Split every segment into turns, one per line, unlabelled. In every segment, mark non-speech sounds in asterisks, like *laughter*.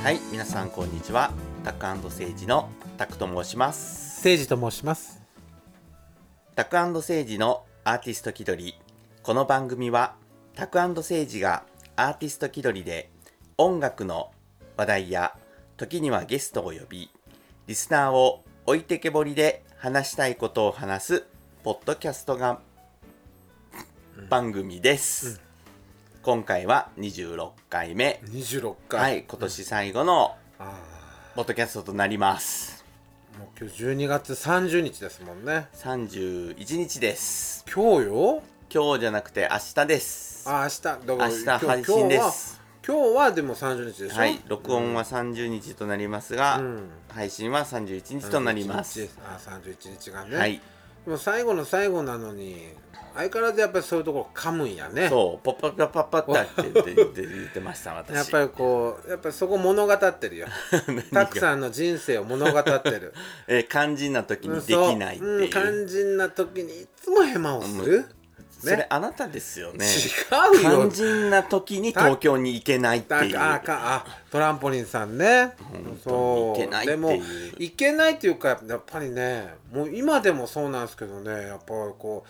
んこんにちはタックセージのタクと申します
誠治と申します。
タックセージのアーティスト気取りこの番組はタックセージがアーティスト気取りで音楽の話題や時にはゲストを呼びリスナーを置いてけぼりで話したいことを話すポッドキャストが番組です、今回は26回目
二十六回。
はい今年最後の
あ
ポッドキャストとなります
あ、もう今日十二月三十日ですもんね。
31日です
今日よ。
今日じゃなくて明日です
あ、明日、だから
明日配信です
今日は。今日はでも三十日でしょ。
はい録音は30日となりますが、
うん
配信は31日となります、
31日あ、三十一日がね。
はい。
でも最後の最後なのに、相変わらずやっぱりそういうところ噛むんやね。
そうポッパッパッパッタって言って言って言ってました私
やっぱりこう、やっぱりそこ物語っ
*laughs*
てるよ。たくさんの人生を物語ってる。
えー肝心な時 *laughs* にで
そう
きないっていう,、
ん肝心な時にいつもヘマをする、
それあなたですよね
違うよ
肝心な時に東京に行けないって
あ
いう
かあかあトランポリンさんねそう
いけないってい
で
う
もいけないっていうかやっぱりねもう今でもそうなんですけどねやっぱこ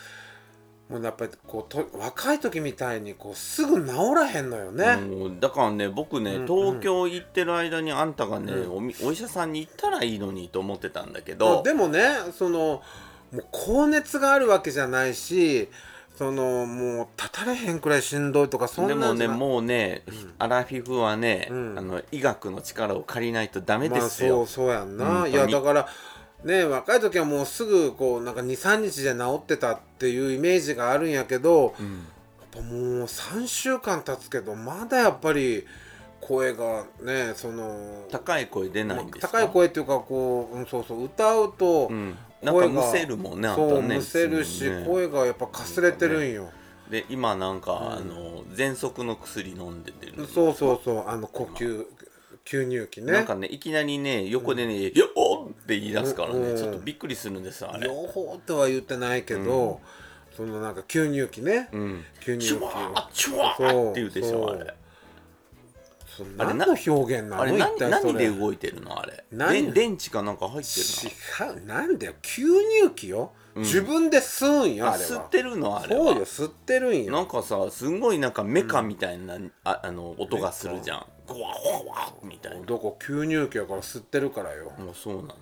うもうやっぱりこうと若い時みたいにこうすぐ治らへんのよね、
もうだからね僕ね、東京行ってる間にあんたがね、おみお医者さんに行ったらいいのにと思ってたんだけど
でもねそのもう高熱があるわけじゃないしそのもう立たれへんくらいしんどいとかそん
で
なん
も
じ
ね
ゃな
もうね、アラフィフはね、
ん
あの医学の力を借りないとダメで
まあ
す
そ
よ
う、そうやん
本当
な
に
いやだからね若い時はもうすぐこうなんか23日で治ってたっていうイメージがあるんやけど、やっぱもう3週間経つけどまだやっぱり声がねその
高い声出ないんですか
高い声っていうかこう、うん、そうそう歌うと
うん
声が、
なんかむせるもんねあんたね
そうむせるし、
うん
声がやっぱかすれてるんよ、
で今なんか、あの喘息の薬飲んでてるの
そうそうそうあの呼吸、吸入器ね
なんかねいきなりね横でね「よっ!」って言い出すからね、
うん
ちょっとびっくりするんですよあれ。
両方とは言ってないけど、そのなんか吸入器ね、
うん
吸
チュ
入器
ワーチュワーって言うでしょあ
そう
れ
その
あれ
何
な
の表現な
あ
の
れ
一
何
体そ
何
れ
で
違
動いてるのあれ
何
で電池かなんか入ってるの
うなんだよ吸入器よ、自分で吸うんよあれは
吸ってるのあれは
そうよ吸ってるん
な
よ
んかさすんごいなんかメカみたいな、ああの音がするじゃんゴワゴワゴワみたいな
どこ吸入器やから吸ってるからよ、
もうそうなんだ、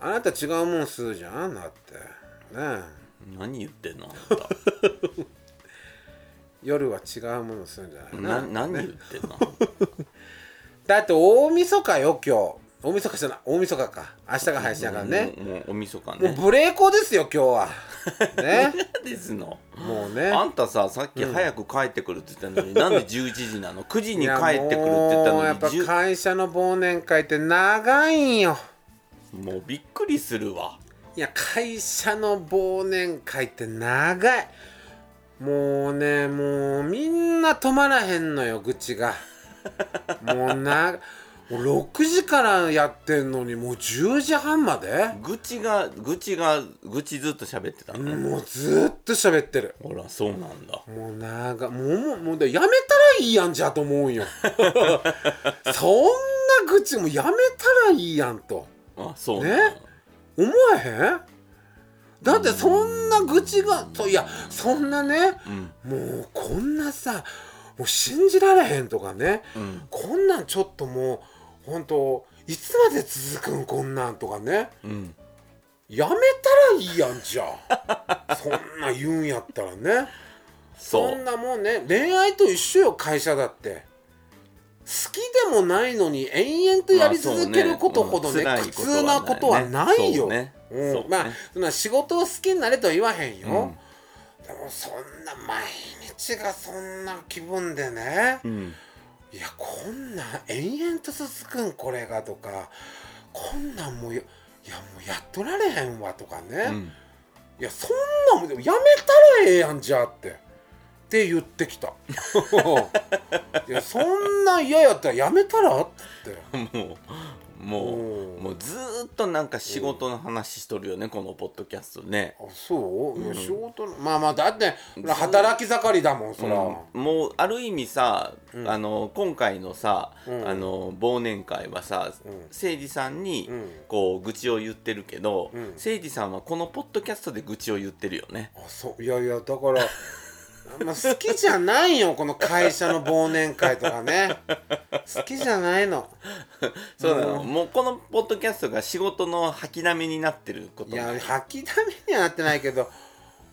あなた違うもん吸うじゃんだってねえ
何言ってんのあんた
夜は違うもの吸うんじゃない
な
な
何言ってんの
だって大晦日よ今日大晦日じゃない大晦日か明日が配信やからね、
もうもうおみそか
もう
ね
ブレーコですよ今日は。
*laughs*
ね。
何ですの
もうね。
あんたささっき早く帰ってくるって言ったのに、なんで11時なの9時に帰ってくるって言った
いやもう
の
や
に
っぱ
じゅも
会社の忘年会って長いんよ。
うびっくりするわ
いや会社の忘年会って長い。もうねもうみんな止まらへんのよ愚
*laughs*
痴が。もうな。もう6時からやってんのにもう10時半まで
愚痴が愚痴が愚痴ずっと喋ってたの、
もうずっと喋ってる
ほらそうなんだ
もう長もうもうもうだやめたらいいやんじゃと思う
*laughs*
んよそんな愚痴もうやめたらいいやんと
あそうなんだ
ね思わへんだってそんな愚痴がそういやそんなね、もうこんなさもう信じられへんとかね、
ん
こんなんちょっともう本当いつまで続くんこんなんとかね
うん
やめたらいいやんじ
*laughs*
ゃそんな言うんやったらね
そ
そ
うん
なもんね恋愛と一緒よ会社だって好きでもないのに延々とやり続けることほどね,、
まあそうねうん
苦痛なことはないよ。
辛いことはないねそうね
うん
そうね
まあそんな仕事を好きになれとは言わへんよ、
ん
でもそんな毎日がそんな気分でね、
うん
いやこんなん延々と続くんこれがとかこんなんもうやいやもうやっとられへんわとかね、
うん
いやそんなんもうやめたらええやんじゃあってって言っ
*laughs*
てきたいやそんな嫌やったらやめたらって
もうも
お
う
ー
もうずーっとなんか仕事の話しとるよねこのポッドキャストね、
あそう、いや仕事のまあまあだって
ず
働き盛りだもんそら、
うんもうある意味さ、
うん
あの今回のさ、
うん
あの忘年会はさ
うん
誠司、さんに、
うん
こう愚痴を言ってるけど
うん
誠司、さんはこのポッドキャストで愚痴を言ってるよね
あそういやいやだからまあ好きじゃないよこの会社の忘年会とかね好きじゃないの
そうなの、もうこのポッドキャストが仕事の吐きだめになってること
い
も
や吐きだめにはなってないけど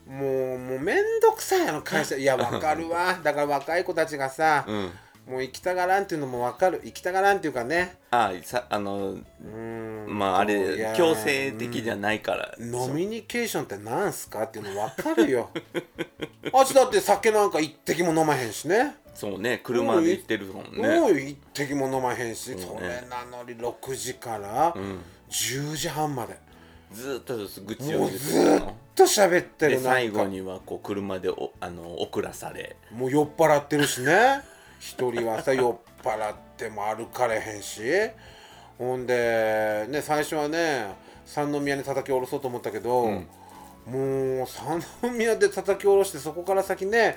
もうもうめんどくさいあの会社いやわか
*laughs*
るわだから若い子たちがさ、
うん
もう行きたがらんっていうのもわかる行きたがらんっていうかね
あさあの
うーん
まああ
いや
れ強制的じゃないから、
ノミニケーションってなんすかっていうの分か
*laughs*
るよあっちだって酒なんか一滴も飲まへんしね
そうね車で行ってるもん
も
ね
う一滴も飲まへん
そ
し、そうれ
ね
なのに6時から10時半まで、
ずーっと愚痴
も
を言
う
って
ず
る
っ
の
と喋って
で
るな
最
ん
後
か
にはこう車でおあの送らされ
もう酔っ払ってるしね *laughs* 一人はさ酔っ払っても歩かれへんしほんでね最初はね三宮に叩き下ろそうと思ったけど、もう三宮で叩き下ろしてそこから先ね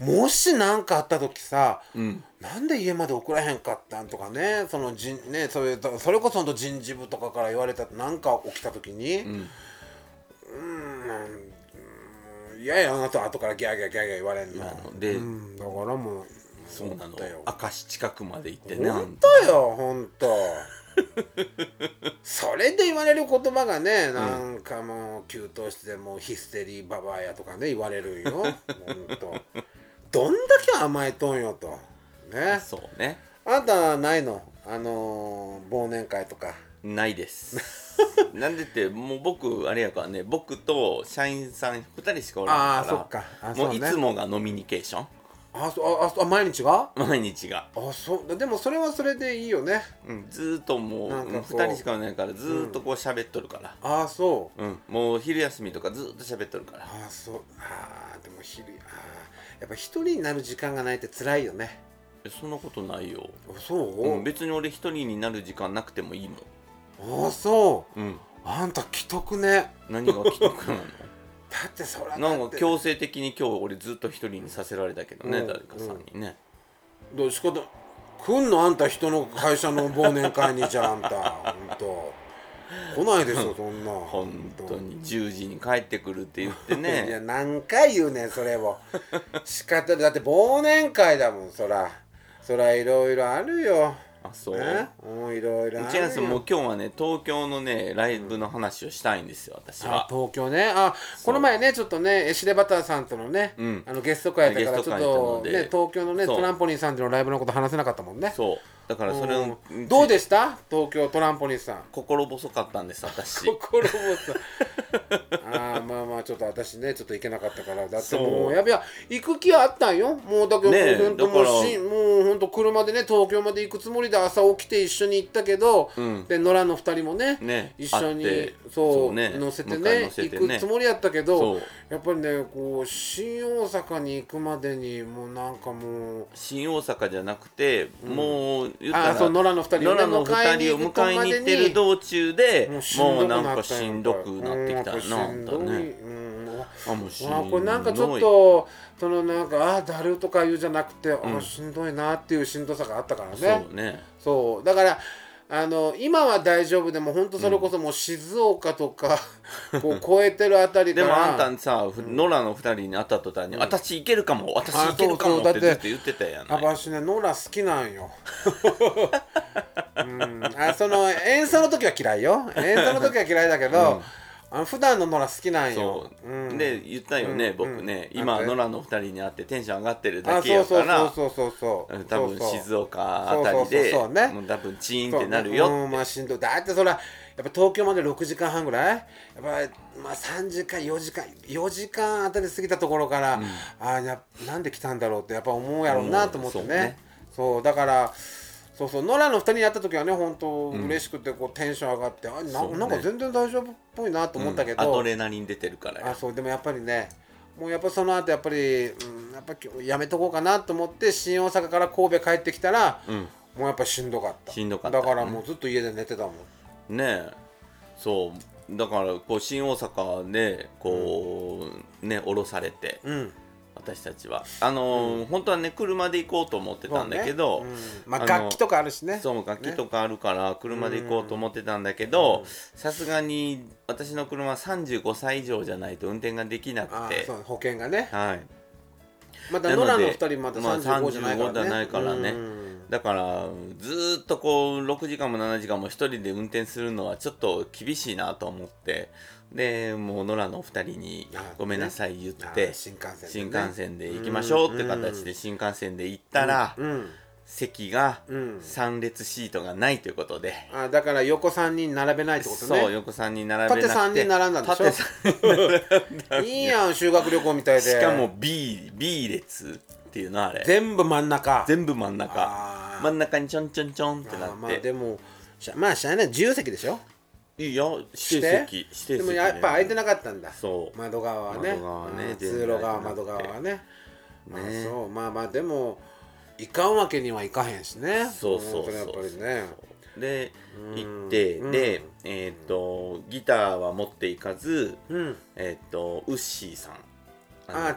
もし何かあった時さ、
うん
なんで家まで送らへんかったんとかねその人ねそれそれこそほんと人事部とかから言われた何か起きた時にうんうんいやいやあなた後からギャーギャーギャーギャー言われんの、
あので、
うん、だからもう
そうなの
だよ
明石近くまで行ってねあん
本
た
当よ本
*laughs*
当それで言われる言葉がねなんかもう給湯室でもうヒステリーババアやとかね言われるんよ本当どんだけ甘えとんよとね
そうね
あんたはないのあのー忘年会とか
ないです
*laughs*
なんでってもう僕あれやからね僕と社員さん2人しかおらんから
あーそっかあ
も
そう
うい
ね
つもがノミニケーション
あそうあああ毎日が
毎日が、
あそうでもそれはそれでいいよね
うん、ずーっともう
なんかこう
2人しかおらないからずーっとこう喋っとるから、
ああそう
うん、もう昼休みとかずーっと喋っとるから
ああそうああでも昼ああやっぱ一人になる時間がないって辛いよね
えそんなことないよ、
あそう、
うん、別に俺一人になる時間なくてもいいもん、
ああそう
うん、
あんた既得ね
何が既
*laughs*
得なの
だってそら
な
だ
ん
っ
か
て
強制的に今日俺ずっと一人にさせられたけどね、
うん
誰かさんにね、
どうしかと来んのあんた人の会社の忘年会にじゃああんたほんと来ないですよそんな
本当に10時に帰ってくるって言って
*laughs* いや
ね
何回言うねんそれを仕方ないだって忘年会だもんそらそらいろいろあるよ
あそう
ねうんいろいろある
違うんですよもう
よ
今日はね東京のねライブの話をしたいんですよ私
あ
は
東京ねあこの前ねちょっとねエシレバターさんとのね、
うん
あのゲスト会やったから
ゲス
ち
ト
ょっ
会やったの
と
で
ね東京のね
そう
トランポリンさんでのライブのこと話せなかったもんね
そうだからそれを
うんどうでした東京トランポリンさん
心細かったんです私
*laughs* 心もさああまあまあちょっと私ねちょっと行けなかったからだっても
そう
うやべや行く気はあったんよもうだけど、
ねえ
ほんともう
だから
しもうほんと車でね東京まで行くつもりで朝起きて一緒に行ったけど、
うん
で野良の二人もね
ね
一緒に
会ってそ
そうう
ね
乗せて
迎え
ね
乗せてね
行くつもりやったけど
そう
やっぱりねこう新大阪に行くまでにもうなんかもう。
新大阪じゃなくて、もう言った
あ
ら
そう野良の二人をね
野良の二人を迎
迎
え
え
に
に
行
行
っ
ってて
る
る
道中で
もうしん
もう
どく
な
なった
んかしんどくなってきたよなあんた
う
ね
んやっぱしんどいうん
もうしんどい
あこれなんかちょっとそのなんかあーだるとか言うじゃなくて、あしんどいなっていうしんどさがあったからねそう
そうね
だからあの今は大丈夫でも本当それこそもう静岡とか、こう超えてるあたりか
で
ら
もあんたさふ野良の二人に会った途端に「私いけるかも私いけるかも」
あ
っ
そうそ
て
う
ず
だ
っ
っ
と
て
言ってたやん
あばしねノラ好きなんよ、うん、あその演奏の時は嫌いよ演奏の時は嫌いだけど、あの普段のノラ好きなんよ、、
そううんで言ったよね、
うん
僕ね、
うん
今
な
野
んて
良の二人に会ってテンション上がってるだ
あ
け
そう
や
そ
か
う
ら
そうそうそうそう
多分静岡
そう
あ
そう
たりで
そうそうそうね
もう多分チーン
そ
っ
う
てなる
う
よ
んまあしんどいだってそらやっぱ東京まで6時間半ぐらいやっぱ、まあ、3時間4時間4時間あたり過ぎたところから、ああやなんで来たんだろうってやっぱ思うやろうなと思ってね,、
うん
そう
そうね
だからそうそう野良の2人に会った時はね本当嬉しくてこうテンション上がって、あな
そうね
なんか全然大丈夫っぽいなと思ったけど、
アドレナリン出てるから
あ
よ
そうでもやっぱりねもうやっぱその後やっぱり、うん、やっぱ今日やめとこうかなと思って新大阪から神戸帰ってきたら、もうやっぱしんどかった
しんどかった
だからもうずっと家で寝てたもん
ねえそうだからこう新大阪でこう、ね降ろされて
うん
私たちはあのー本当はね車で行こうと思ってたんだけど
そ
そうう,、
ねうんまあ
あの
楽器とかあるしね
楽器とかあるから車で行こうと思ってたんだけどさすがに私の車は35歳以上じゃないと運転ができな
あ
く
ー
て
そう保険がね
はい
ま
な
た
の
野
で
良の二人まだ
まあ
35じゃないか
35
らね,、
じゃないからね
うん
だからずーっとこう6時間も7時間も1人で運転するのはちょっと厳しいなと思ってでもう野良のお二人に
あ
「ごめんなさい」言っ
あ
て
ー新幹線
新
でね
幹線で行きましょうって形で新幹線で行ったら
うん
席が
うん
3列シートがないということで。
あーだから横3人並べないってことね
そう横3人並べなくて
縦3人並んだんでしょ
縦三人並んだ
いいやん修学旅行みたいで
しかも B, B 列っていうのあれ
全部真ん中
全部真ん中
あー
真ん中にちょんちょんちょんってな
あーま
っ
あ
て
でもしゃまあしゃあない自由席でしょ
いいよ指定席指定席
でもやっぱ空いてなかったんだ
そう
窓側はね
窓側はね
うん
全
通
然
路側
空いてな
窓側
くて
はねまあ
ね
そうまあまあでも行かんわけにはいかへんしね
そうそうそう
本当にやっぱ
で
うん
行って
うん
でえっとギターは持っていかず
りねうん
えっとウッシーさん
あー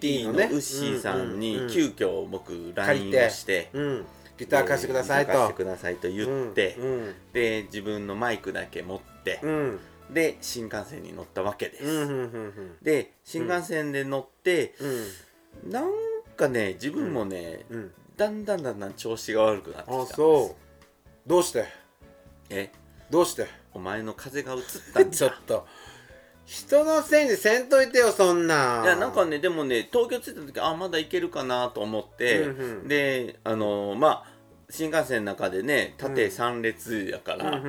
TKT のね
ウッシーさんに
うんうんうん
急遽僕
借
LINE
り
を
て
して
うんギター貸してくださいと
貸してくださいと言って
うん
で自分のマイクだけ持って
うん
で新幹線に乗ったわけで
うんうん
す
うんうん
で新幹線で乗って
うん
なんかね自分もね
うん
だんだんだんだん調子が悪くなってきたん
あ
です
そうどうして
え
どうして
お前の風邪がうつったんだ
*laughs* ちょっと人のせいにせんといてよそんないい
やなんかねでもね東京着いた時あまだ行けるかなと思って、
うんうん
であのーまあ新幹線の中でね縦3列やか
うん
ら、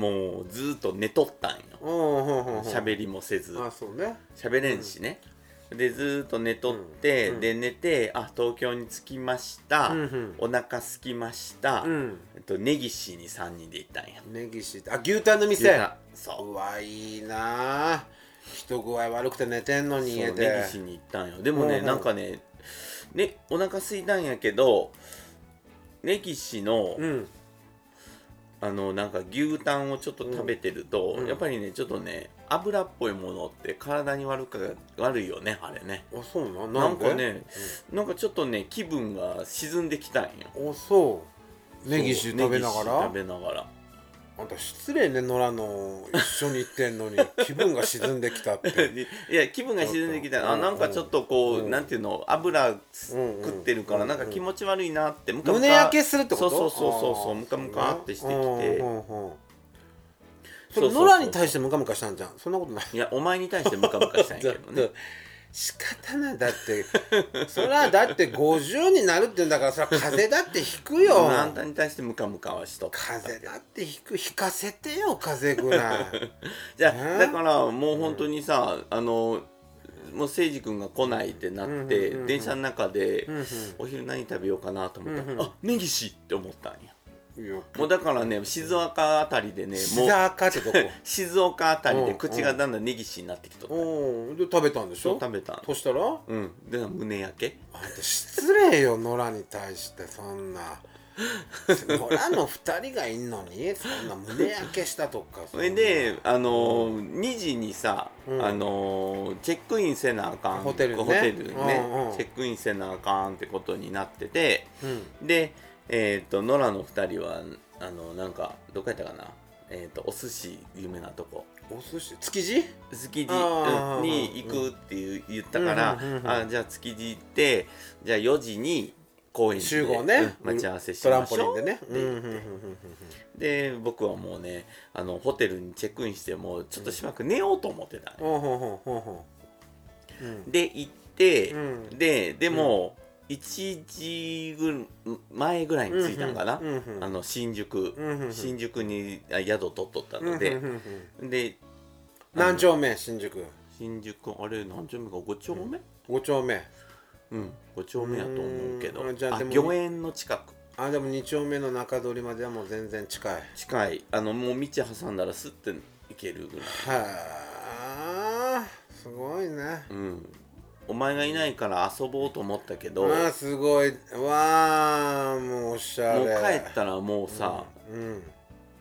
もうずーっと寝とったんよ
うんうんうん
喋りもせず
あそうね
喋れんしね、でずーっと寝とって、
うん
で寝てあ東京に着きました、
うんうん
お腹空きました、
うん
えっと根岸に3人で行ったんや
根岸ってあ牛タンの店
そう
うわいいなあ人具合悪くて寝てんのに家
そう
で
根岸に行ったんよでもね、
うんうん
なんかねねお腹空いたんやけど根岸の、
うん
あのなんか牛タンをちょっと食べてると、
うん
やっぱりねちょっとね油っぽいものって体に悪く悪いよねあれね
あそうなん
な
なんん
か
か
ね、なんかちょっとね気分が沈んできたんよ
おそう根岸食べなが
そう
ら
根岸食べながら *laughs*
あんた失礼ね野良の一緒に行ってん
*laughs*
のに気分が沈んできたって
いや気分が沈んできたらあ
うん
なんかちょっとこう、
うん
なんていうの油
うんうん
食ってるからなんか気持ち悪いなってムカムカ
胸焼けするってこと
そうそうそうそう
あー
ムカムカってしてきて
うんうんうんそ
そうそうそ
れ
う
野良に対してムカムカしたんじゃんそんなことない
いやお前に対してムカムカしたんやけ
*laughs*
どね
仕方ないだって *laughs* それはだって50になるって言うんだからそれは風邪だってひくよ
まああんたに対してムカムカはしとった
風邪だってひく引かせてよ風邪
*laughs*
ぐらい
じゃ
ね
あだからもう本当にさ、あのもう誠治君が来ないってなって、
うんうんうんうん
電車の中で、
んうん
お昼何食べようかなと思ったら、
うんうん
あ根岸って思ったんや
いや
もうだからね静岡あたりでねもう
膝赤ってとこ
*laughs* 静岡あたり
うんう
で
ん
口がだんだん根岸になってきとった、
おおで食べたんでし
そう
ょ
食べたん
そしたらあん
うんで胸焼け
た失礼よ野良に対してそ
*laughs*
んな野良の2人がいんのにそんな胸焼けしたとか
それで、あのー2時にさ、
うん
あのーチェックインせなあかん
ホテルね
ホテルにね、
うんうん
チェックインせなあかんってことになってて
そんな
でえっ、と野良の2人はあのなんかどこやったかなえっ、とお寿司有名なとこ
うん、お寿司築地
築地
あー
うんに行くっていう言ったから、
うんうんうんうん
あじゃあ築地行ってじゃあ4時に公園で
集合ね、
うん待ち合わせし
トラ
ま
ン
しょ
ポ
う
リンでね
って言ってで僕はもうねあのホテルにチェックインしてもうちょっとしばらく寝ようと思ってた、
うんうんうんうん
で行って、
うん
ででも、1時ぐ前ぐらいに着いたんかな、
うんうん
あの新宿、
うんうんうん
新宿にあ宿取っとったの
うん
で
う、んうんうん
で
何丁目新宿
新宿あれ何丁目か5丁目
5丁目
うん、5丁目やと思うけど
うんじゃあ
あ
でも
御苑の近く
あでも2丁目の中通りまではもう全然近い
近いあのもう道挟んだらスッて行けるぐらい
はあすごいね
うんお前がいないから遊ぼうと思ったけど、
ああすごいわあもうおしゃれ
もう帰ったらもうさ、
うん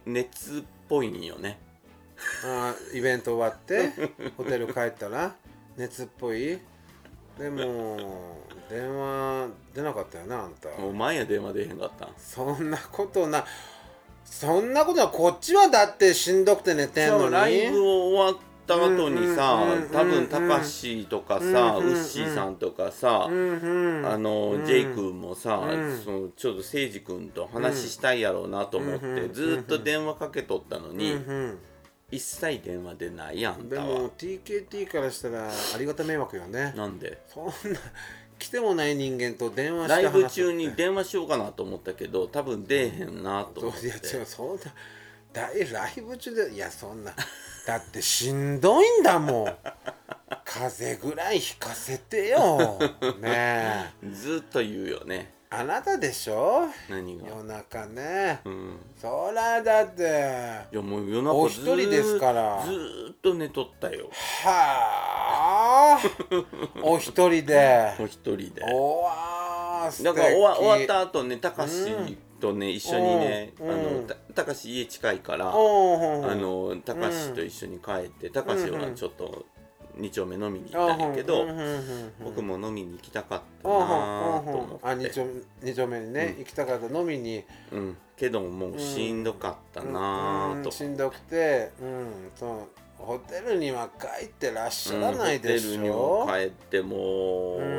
熱っぽいんよね
あーイベント終わってホテル帰ったら熱っぽいでも電話出なかったよなあんた
お前や電話出へんかったん
そんなことなそんなことはこっちはだってしんどくて寝てんの
さ
に
ライブ終わった後にさ、
うんうんうんうん
多分たかしとかさ、
うんうんう
ウ
ん
ッシーさんとかさ、
うんうん
あの、
うん
ジェイ君もさ、
うん
そのちょっと誠司君と話したいやろうなと思って、
うんうん
ずーっと電話かけとったのに、
うん
一切電話出ないや
うんんで
た
も
は
TKT からしたらありがた迷惑よね
なんで
そんな来てもない人間と電話して
ライ
話すって
ブ中に電話しようかなと思ったけど多分出えへんなと
そ
思
う
っ
いや違
て
うそんなだいライブ中でいやそんなだってしんどいんだも
*laughs*
ん風邪ぐらいひかせてよねえ
ずーっと言うよね
あなたでしょ
何が
夜中ね
うん
そらだってはい
やもう夜中
お一人
ずー
ですから
ずーっと寝とったよ
あお一人で
*laughs* お一人で
おわー素敵
だから終わ終わった後ねたかしとね一緒にねあ
うん
の
うん
たたかし家近いからあ
おあ
のたかしと一緒に帰ってたかしはちょっと2丁目飲みに行ったんやけど僕も飲みに行きたかったなぁと思
あ
っ
二
て
丁目二丁目にね、行きたかった飲みに
うんけどもうしんどかったな
う
ぁ
ん
と
しんどくて、うん、そうホテルには帰ってらっしゃらないでし
うんホ
ょ、
テルにも帰っても
う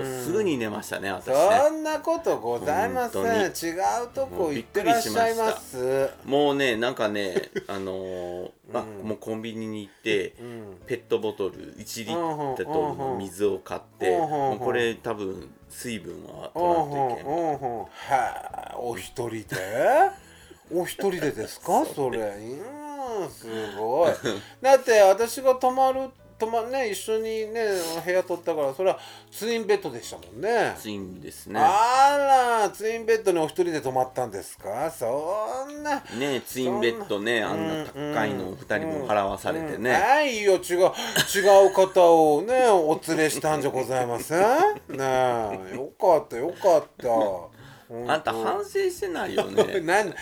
うんすぐに寝ましたね私ね
そんなことございません
本当に
違うとこ行ってらっしゃいます
もうねなんか
*laughs*
ねあのーあ
うん
もうコンビニに行って
うん
ペットボトル1リットルの水を買って
うんうんうん
もうこれ多分水分は
おう
取ら
ほ
んといけ
うんおうほうはあお一人で *laughs* お一人でですかそれうんすごいだって私が泊まる泊まね一緒にね部屋取ったからそれはツインベッドでしたもんね
熱いんですね
あらツインベッドにお一人で泊まったんですかそんな
ねツインベッドねあんな高いのを2人も払わされてね
ないよ違う違う方をねお連れしたんじゃございませんねえよかったよかった
あんた反省してないよね
何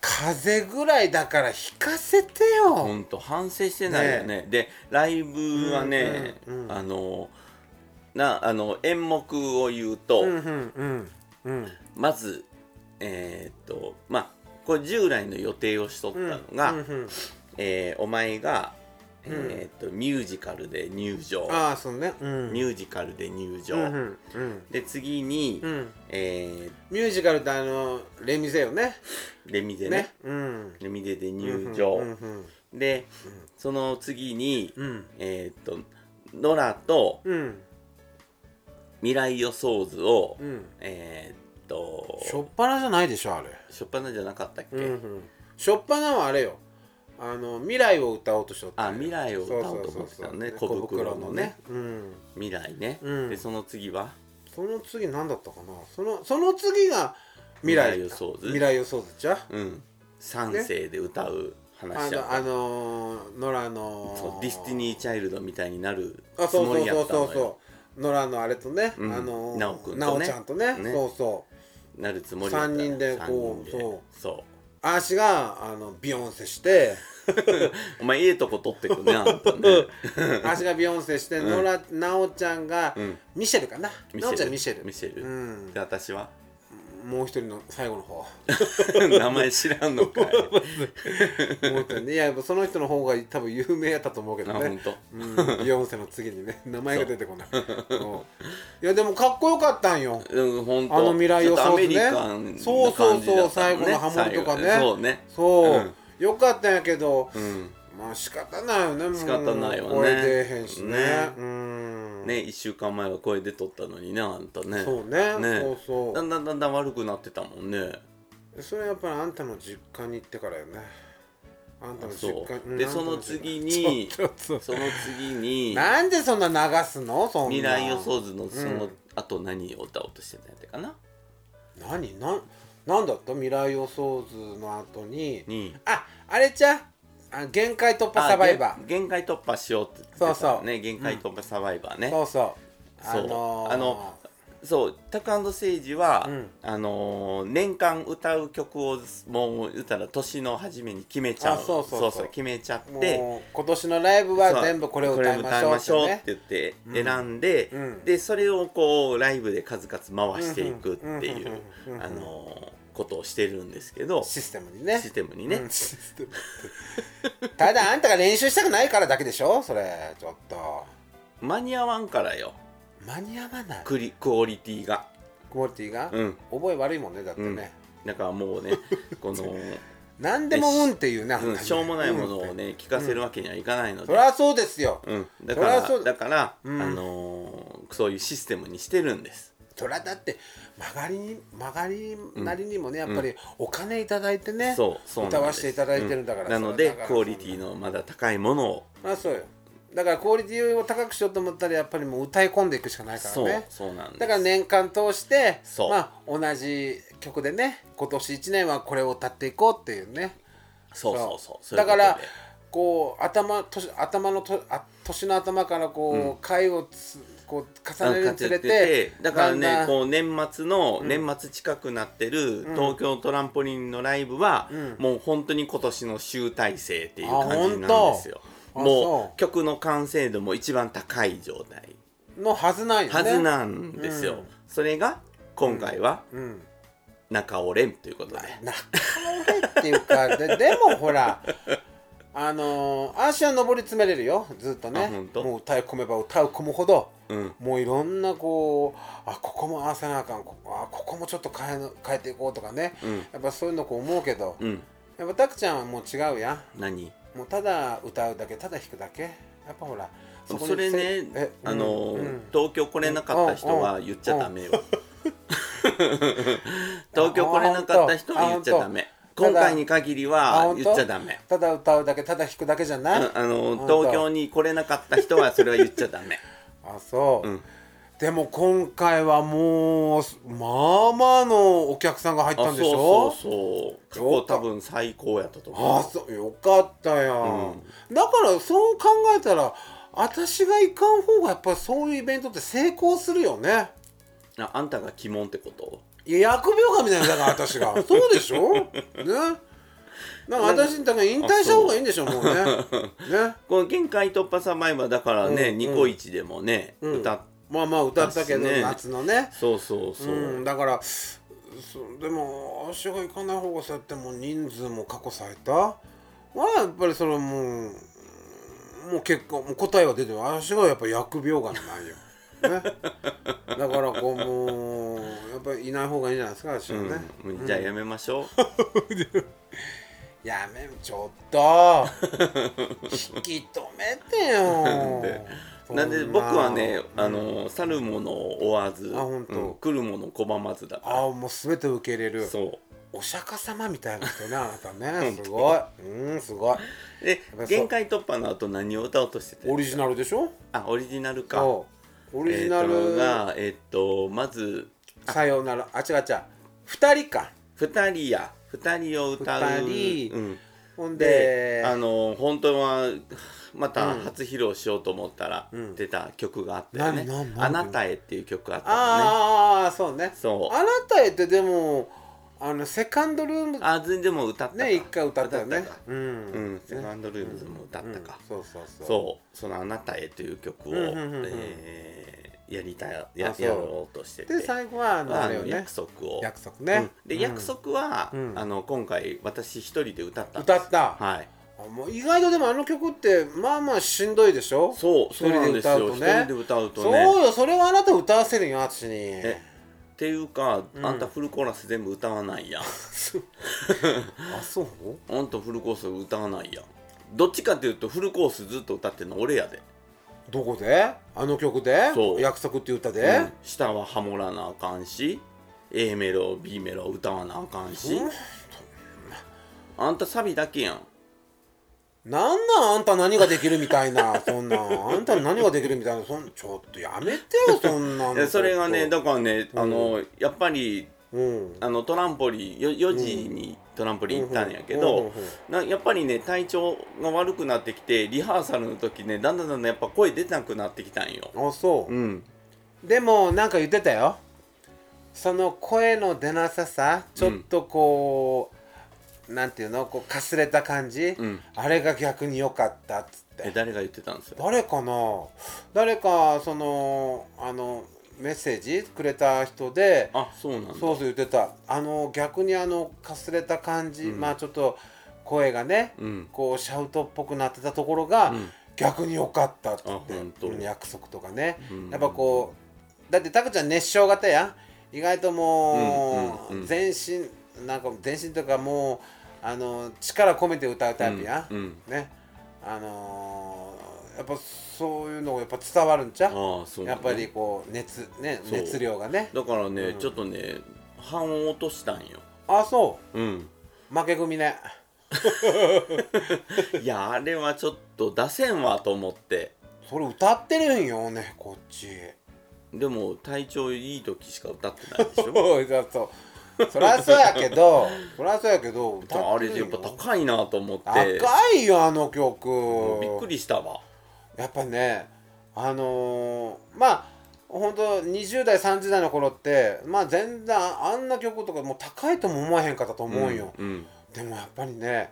風邪ぐらいだから引かせてよ
ほんと反省してないよねでライブはね
うんうんうん
あのなあの演目を言うと、
うんうんうんうん
まずえーっとまあこれ従来の予定をしとったのが、
うんうん
えーお前が、えーっとミュージカルで入場
ああそうねうん
ミュージカルで入場、
うんうんうん
で次に、
うん
え
ミュージカルってあのレミゼよね
ーレミゼね
ねうん
レミゼで入場、
うんうん
でその次に、
うん
えーっとノラと
うん
未来予想図を、
うん
えーっと
しょっぱなじゃないでしょあれ
しょっぱなじゃなかったっけ、
しょっぱなはあれよあの未来を歌おうとしとった
あ未来を歌おうと思ってたのね
そうそうそうそ
小
う
袋のね
小袋のねうん
未来ね、
うん
でその次は
その次何だったかなそのその次が未
未来
来
予想図
未来予想図じゃ
うん、三世で歌う
あ
話やっ
の
た、
あのーノラの
そうディスティニー・チャイルドみたいになる
あ
つ
そう
も
そう
りや
そう
ったのよ
そうそうノラのあれとね、
うん
あの
ナオくんとね
ナオちゃんとね
ね
そうそう
なるつもりやったのよ
三人でこ
三
う
人で
そう
そ
アーシがあのビヨン
*laughs*
セして
うお前いいとこ取ってくねあんたね
アーシがビヨンセして、ノラナオちゃんが、
うん
ミシェルかなナオちゃんミシェル
ミシェル、
うん
で私は *laughs*
もう一人の最後の方
名前知らんのかい
*laughs* もう一人ねいややっぱその人の方が多分有名やったと思うけど
あ
ね
本当
うん、ビヨンセの次にね名前が出てこないうんいやでもかっこよかったんよ
うん本当
あの未来予想
ちょっとアメ
図ね
リカンな
そうそう
感
そ
じ
う
だったもんね
最後のハモリとかね
最後そうね
そう、
うん
よかったんやけど、
うん
まあ仕方ないよねもう
仕方ないわね
声出えへんしね
ね
うん
ね1週間前は声で撮ったのにねあんたね
そうね
ね
そうそう
だんだんだんだん悪くなってたもんね
それはやっぱりあんたの実家に行ってからよねあんたの実
そ
家
うでその次に
ちょっと
その次
*laughs*
に
なんでそんな流すのそんな
未来予想図のその、
うん
あと何を歌おうとしてたんやったかな
何なんなんだった未来予想図の後に
に
ああれちゃあ限界突破サバイバ
あげ限界突破しようって言ってたね
そうそう
限界突破サバイバーね、
ーそうそ
そう
あのー
あのそうタク誠治は、
うん
あのー年間歌う曲をもう言ったら年の初めに決めちゃう
あそうそうそう
決めちゃって
もう今年のライブは全部これを歌いましょうって
これを歌いましょう
ね
って言って選んで、
うん
でそれをこうライブで数々回していくってい
うんうん
う
うんうん
あのーことをしてるんですけどシ
システムにね
ステムにね、
うんシステムってただあんたが練習したくないからだけでしょそれちょっと
間に合わんからよ
間に合わない
クリクオリティが
クオリティが、
うん
覚え悪いもんねだってね、
だからもう
*laughs*
ねこの、
何でも「うん」っていうね、あんた
うん
ね
しょうもないもの
う
を
んって
ね聞かせるわけにはいかないので、
そりゃそうですよ、
うん、だから
そりゃそう
だから、
うん
あのーそういうシステムにしてるんです。
そりゃだって曲がりに曲がりなりにもね、やっぱりお金いただいてね、
そうそうなんです
歌わせていただいてるんだから
うんなの
それは
で
だから
クオリティのまだ高いものを
まあそうよだからクオリティを高くしようと思ったらやっぱりもう歌い込んでいくしかないから
そう
ね
そうなんです
だから年間通して
そう
まあ、同じ曲でね今年1年はこれを歌っていこうっていうね
そうそうそうそうい
だ
うこ
か
とで
らこう頭年頭のとあ年の頭からこう、回をつこう重ねるにつれて
だからね
だんだん
こう年末の、年末近くなってる東京トランポリンのライブは、もう本当に今年の集大成っていう感じなんですよ
あ本当
も
あそう
う曲の完成度も一番高い状態
のはずないよね
はずなんですよ、
うん
それが今回は
うん
中尾蓮ということで、
な仲間っていうかででもほらあのー、足は上り詰めれるよずっと
あ
ね
ほんと
もう歌い込めば歌う込むほど、
うん
もういろんなこうあここも合わせなあかんこあここもちょっと変えの変えていこうとかね、
ん
やっぱそういうのこう思うけど、
うん
やっぱたくちゃんはもう違うやん
何
もうただ歌うだけただ弾くだけやっぱほら
そ
こに
れ
せ
ね
え
あの、
うんうん
東京来れなかった人は言っちゃダメよ *laughs* 東京来れなかった人は言っちゃダメ
あほんとあほ
今
んと
回に限り
あ
は
本当
言っちゃダメ
ただ歌うだけただ弾くだけじゃない、
ああの
ほんと
東京に来れなかった人はそれは言っちゃダ
*laughs*
メ
あそう、
うん
でも今回はもうまあまあのお客さんが入っ
あ
たんでし
そ
ょ
うそうそう過去多分最高やったと
あ
思
そうよかったよ、だからそう考えたら私が行かん方がやっぱりそういうイベントって成功するよね
うああんたが鬼門ってこと
いや疫病神なんだから私 *laughs* がそうでしょねなんか私だから引退した方がいいんでしょもう *laughs* ねね
この限界突破サバイバーだからね、
うん
ニコイチでもね、
うん
歌っ
まあまあ歌ったけど、
だしね
夏のね
そうそうそう、
うん、だからそうでも足が行かない方がそうやってもう人数も過去最多はやっぱりそれはもうもう結果もう答えは出てる足がやっぱ疫病がないよ、ね、だからこうもうやっぱりいない方がいいんじゃないですか足はね、
うん、じゃあやめましょう、
やめちょっと引き止めて
*laughs*
よ
で
そ
なんで僕はね、あの去る者を追わず、
あほんと
うん来る者を拒まずだか
ああもう全て受け入れる
ら。そ。
お釈迦様みたいな人ねあなたねすごいうんすごいう
で
ぱそう
限界突破の後何を歌おうとしてて
オリジナルでしょ
あオリジナルか。
そうオリジナ
えーと
ル
がえっ、とまず
さようならあ違う違う2人か
二人や二人を歌う。
二人
うん
ほん
で
で、
あの本当はまた初披露しようと思ったら出た曲があってね
何
「
何何
あなたへ」っていう曲あったのね
ああそうね
そう
あなたへってでもあのセカンドルーム
あ全然もう歌ったか
ね一回歌ったよね
歌か
うん
うんセカンドルームズも歌ったか、
そうそうそう
そう、そのあなたへという曲を、
うんうんうんうん
えーやりたいやや
あそう
ろうとしてて、
で最後はあの
まあ
あ
あ
れよ
の
ね
約束を。
約束ね
うんで、
うん
約束は、
うん
あの今回私一人で歌ったんです。
歌った
はい。
あもう意外とでもあの曲ってまあまあしんどいでしょ
そう、
一
そう
人
な
で
んです
歌う
よ。
と
一
ね
人で歌うとね。
そうよそれはあなた歌わせるよ私に
えっていうか、あんたフルコーラス全部歌わないやん。
あそう
あんたフルコース歌わないやん。どっちかっていうとフルコースずっと歌ってんの俺やで。
どこであの曲で
そう
約束っていう歌
う
で
ん、下はハモらなあかんし A メロ B メロ歌わなあかんし
うん
あんたサビだけやん
なんなんあんた何ができるみたいな *laughs* そんなんあんた何ができるみたいなそんちょっとやめて
*laughs*
よそんなの
でそれがね
ちょっ
だからねあのやっぱり
とうん
あのトランポリンよ4時にトランポリン行ったんやけ
うんうん
どなやっぱりね体調が悪くなってきてリハーサルの時ねだんだんだんだんやっぱ声出なくなってきたんよ。
うんあそう
うん
でもなんか言ってたよその声の出なささちょっとこう、なんていうのこうかすれた感じ、
うん
あれが逆に良かったっつって
え誰が言ってたんですよ
誰かな誰かそのあのメッセージくれた人で
あそうなんだ
そうそう言ってたあの逆にあのかすれた感じ、
うん
まあちょっと声がね、
うん
こうシャウトっぽくなってたところが、
うん
逆に良かったって
あほんと
うん約束とかね、
うん
やっぱこうだってタクちゃん熱唱型やん意外ともう、
うんうんうん
全身なんか全身とかもうあの力込めて歌うタイプやん、
うん
ねあのーやっぱそういうのがやっぱ伝わるんちゃう
ああそうな
や
ん
っ
だ
ぱ
ね
りこう熱ね
そう
熱量がね
だからね、
うん
ちょっとね半を落としたんよ
あそ
うん
う負け組ね
いやあれはちょっと出せんわと思って
それ歌ってるんよねこっち
でも体調いい時しか歌ってない
*laughs*
でしょ
そうそうそうそりゃそうや
*laughs*
けどそりゃそうやけど
じゃあ
歌
あ
って
れ
るん
や
よ
っぱ高いなと思って
高いよあの
も
曲
うびっくりしたわ
やっぱねあのーまあ本当20代30代の頃ってまあ全然あんな曲とかもう高いとも思わへんかったと思うんよ、
うん
でもやっぱりね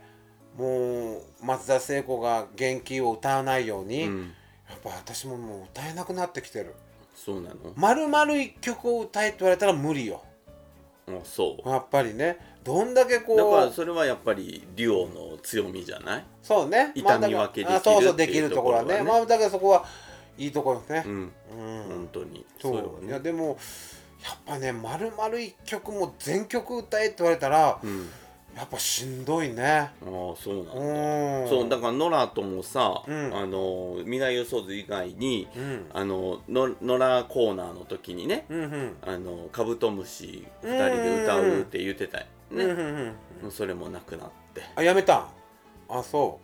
もう松田聖子が「元気」を歌わないよう
う
に、
ん、
やっぱ私ももう歌えなくなってきてる
そうなの
丸々一曲を歌えって言われたら無理よ
あそう
やっぱりねどんだけこう
だからそれはやっぱりデュオの強みじゃない
そうね
痛み分け
まあだから
できる
あそうそう
って
で
い
き
う
るところはね
ところ
ま
は
あだからそこはいいところです
う
ね
ん
うん、
本当に
そう
よ
いやでもやっぱね丸々一曲も全曲歌えって言われたら、
うん
やっぱしんどいね
ああそうなんだ
うん
そうだからノラともさ、
うん
あの未来予想図以外に、
うん
あののノラコーナーの時にね、
うんうん
あのカブトムシ2人で歌うって言ってたよね、
うんうんうん
もうそれもなくなって
あやめたんあそ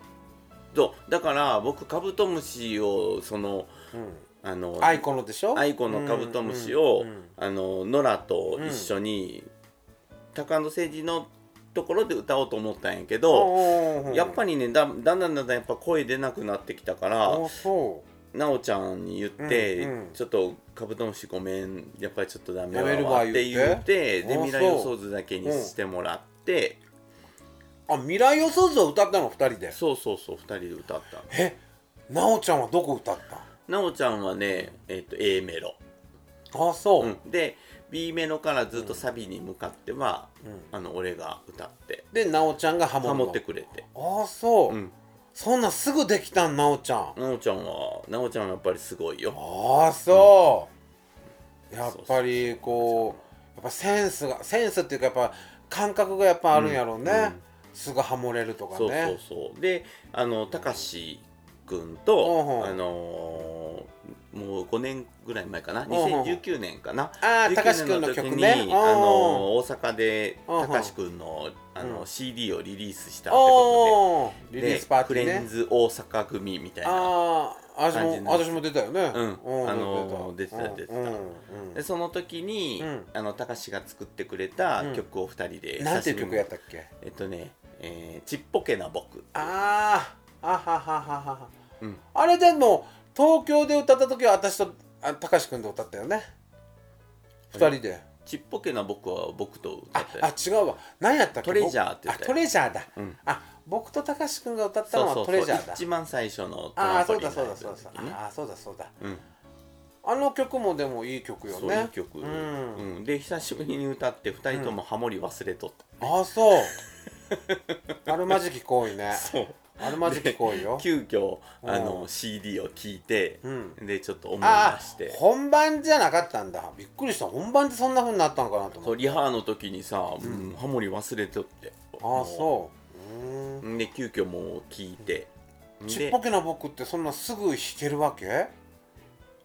そうだから僕カブトムシをその
う、うん、
あの
アイコのでしょ
アイコのカブトムシを、
うんうんうん
あのノラと一緒に、タカアンドセイジのところで歌おうと思ったんやけど、やっぱ
り
りねだだんだんだんだんやっぱ声出なくなってきたから、
あそ
なおちゃんに言って、
うんうん
ちょっとカブトムシごめんやっぱりちょっとダメだ
やめる
わ
わ
って
言
言っ
ってあ
で未来
そう
予想図だけにしてもらって、
うあ未来予想図を歌ったの二人で
そうそうそう2人で歌った
えなおちゃんはどこ歌ったん
なおちゃんはね、えっと A メロ、
あそう、
うんで B メロからずっとサビに向かっては、
うん
あの俺が歌って
でなおちゃんがハモ
ハ
るの
モってくれて、
あそう、
うん
そんなんすぐできたんなおちゃん
なおちゃんはなおちゃんはやっぱりすごいよ
ああそう、やっ
そうそ
ぱりこうやっぱセンスがセンスっていうかやっぱ感覚がやっぱあるんやろうね、
うん
すぐハモれるとかね
そうそうそうであのたかし君と、
うんうん
あのーもう5年ぐらい前かな
うんうん
2019年かな、
ああたかし
19年
君の
時
曲
に
ね
あのー
おー
大阪で
うんう
た
ん
かし君のあ
う
の
ん
CD をリリースしたってこ
おー
とで
リリースパーティ
で
ー
フレン
ね
ズ大阪組みたいな
ああ私
感じ
も
の
私も出たよね
うんあ
う
のー
ん
出てた出てた
うんうん
でその時に、
うん
あのたかしが作ってくれた
うん
曲を2人で、
なんてい
久し
う
ぶりに
曲やったっけ
えっとね、えーちっぽけな僕」
あーあはははは、
うん
あれでも東京で歌った時は私とあたかし君で歌ったよね二人で。
ちっぽけな僕は僕と歌
あ
ったよ
あ違うわ何やったっけ
トレジャーって言
あ
ったよ
トレジャーだ、
うん
あ僕とたかし君が歌った
そう
の
そ
は
う
ト
そう
レジャーだ
一番最初のト
あ
ラ
あ
ンポ
そう
リン
だ
ラ
そう
イ
だ
ブ
そう
の
だ
時
そうだ、
にね
ああそうだそうだ
うん
あの曲もでもいい曲よ
そういい
ね
曲、
うん
うんで久しぶりに歌って2人ともハモリ忘れとった、
ああそうあるまじき行為ね
そう
あるまじき行為よ
急遽
うん
あの CD を聴いて、
うん
でちょっと思い出
ああ
して
本番じゃなかったんだびっくりした本番でそんなふうになったのかなと
そ
思っ
うリハの時にさ、うんハモリ忘れとって
たああそううーん
うで急遽もう聴いて
ちっ
で
ぽけな僕ってそんなすぐ弾けるわけ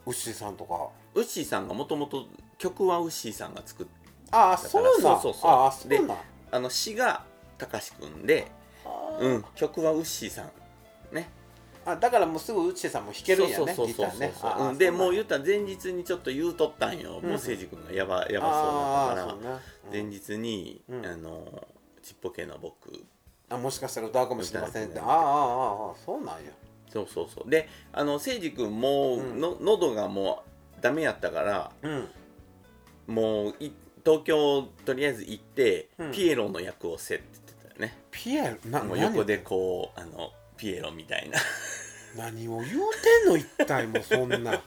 牛さんとか
ウッシーさんがもともと曲はウッシーさんが作っ
ああ
から
そうなん
そうそうそう
ああそう
で
なん
あの詩がたかしくんで、うん、曲はウッシーさんね
あだからもうすぐうちさんも弾けるんやねギターね
そう
あ
う
あ
んで
そなん
もう言ったら前日にちょっと言うとったんよ、
うん
もうせいじ君がやばやば
あ
そうだっ
あ
た
そう
から、
ね
前日に、
うん
あのちっぽけな僕
うんあもしかしたら歌うかもしれませんって
歌
あ
うか
あああああそうなんや
そうそうそうであのせいじ君もう
うん
の喉がもうダメやったから
うん
もうい東京とりあえず行って、
うん
ピエロの役をせって言ってたよね
ピエロな
もう
何
横でこうあのピエロみたいな
何を言うてんの一体もうそん
*laughs*
な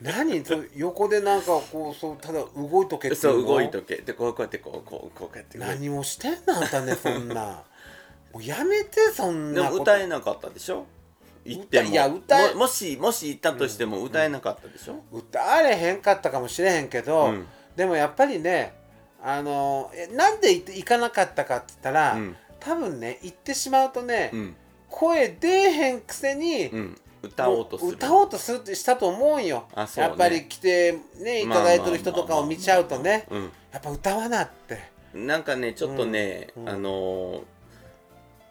何そう横でなんかこうそうただ動いとけってい
そうう
の
動いとけでこうこうやってこうこうこうやって
何をしてんのあんたねそ
*laughs*
んなもうやめてそん
で
な
も
こと
歌えなかったでしょ行っても
いや歌え
ももしもし行ったとしても歌えなかったでしょ、
歌われへんかったかもしれへんけど、
うん
でもやっぱりねあのえなんで行かなかったかって言ったら、
うん
多分ね行ってしまうとね、
うん
声出えへんくせに、
うん、歌おうとする
歌おうとするってしたと思うんよ、
あそうね
やっぱり来てねいただいてる人とかを見ちゃうとね
うん
やっぱ歌わなって
なんかねちょっとね、
うんうん
あのー、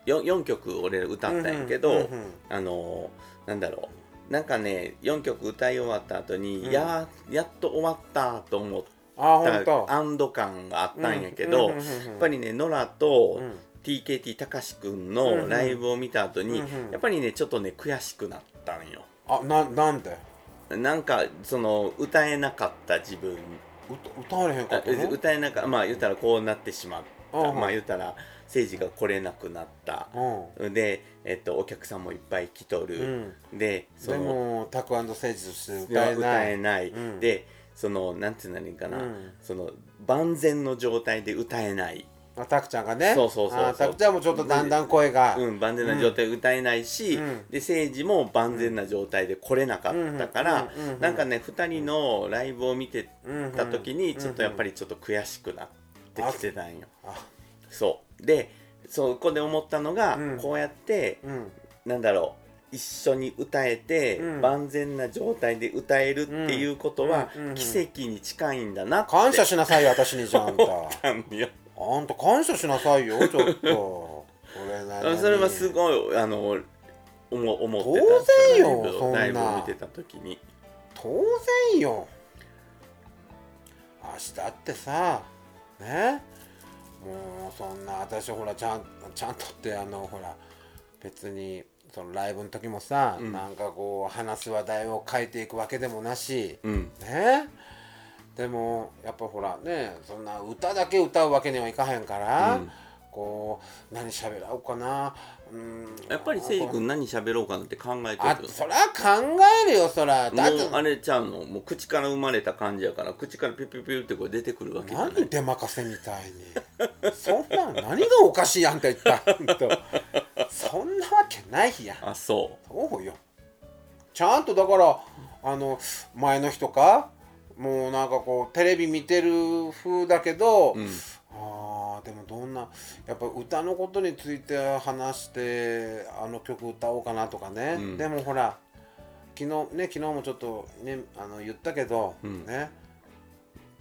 よ4曲俺歌ったんやけど、
うんうん
あのー、なんだろうなんかね4曲歌い終わった後に、
うん
やーやっと終わったと思っ
あ本当
た安堵感があったんやけど、
うんうんうんうんうん
やっぱりねノラと、
うん
TKT たかしくん
うんう
の
ん
ライブを見た後に、
うんうん
やっぱりねちょっとね悔しくなったんよ
あななんで
なんかその歌えなかった自分
歌歌われへんか
あ
ったの
歌えなかったまあ言ったらこうなってしまった、
うんうん
まあ言ったら政治が来れなくなった、で、えっと、お客さんもいっぱい来と
うん、う
る、
ん、
でそ
で
の
もタクアンドセージとして歌
歌
え
え
な
ないい
うん
でそのなんて言うんだろうかな、
うん
その万全の状態で歌えない、
あタクちゃんがね
そうそうそうそう
あタクちゃんもちょっとだんだん声が、
うん、万全な状態で歌えないし、
うん
で政治も万全な状態で来れなかったから、
うんうんうんうん
なんかね2人のライブを見て
うんうん
た時にちょっとやっぱりちょっと悔しくなってきてたんよ。
あ
そうでそこで思ったのが、
うん
こうやって、
うん
なんだろう一緒に歌えて、
うん
万全な状態で歌えるっていうことは、
うんうんうん
奇跡に近いんだなって
感謝しなさいよ私にじゃああんた
たんよ
あんた感謝しなさいよちょっと俺なりに
それはすごいあの思思ってた
当然よ
ライブを
そんな
ライブを見てた時に
当然よ明日ってさねもうそんな私ほらちゃんちゃんとってあのほら別にそのライブの時もさ、
うん
なんかこう話す話題を変えていくわけでもなし、
うん
ねでもやっぱほらねそんな歌だけ歌うわけにはいかへんから、
うん
こう何喋らおうかな、うん、
やっぱり誠治君何喋ろうかなって考え
あ
てる
そりゃ考えるよそりゃだっ
も
て
うあれちゃうのもう口から生まれた感じやから口からピュピュピュってこう出てくるわけじゃない
何出まかせみたいにそんなの何がおかしいあんた言った本当そんなわけないや
あそ
そうよちゃんとだからあの前の日とかもうなんかこうテレビ見てる風だけど、
う、うん、
あーでもどんなやっぱ歌のことについて話してあの曲歌おうかなとかね、
うん
でもほら昨日ね昨日もちょっとねあの言ったけど、
うん
ね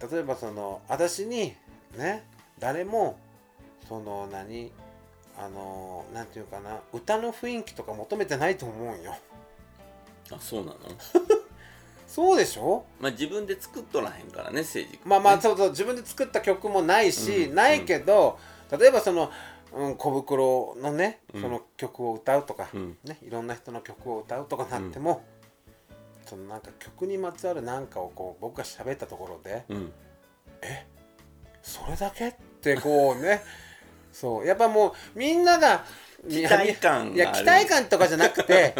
例えばその私にね誰もその何あのなんていうかな歌の雰囲気とか求めてないと思うんよ
あそうなの
そうでしょ
まあ自分で作っとらへんからね誠治君
まあまあ
ね
そうそう自分で作った曲もないし、
うん
ないけど、例えばその、うん、小袋のね
うん
その曲を歌うとか、
うん
ね、いろんな人の曲を歌うとかなっても、そのなんか曲にまつわるなんかをこう僕が喋ったところで
うん
「それだけ?」ってこ
*laughs*
うねそうやっぱもうみんなが
期待感がある
いや期待感とかじゃな
*laughs*
くて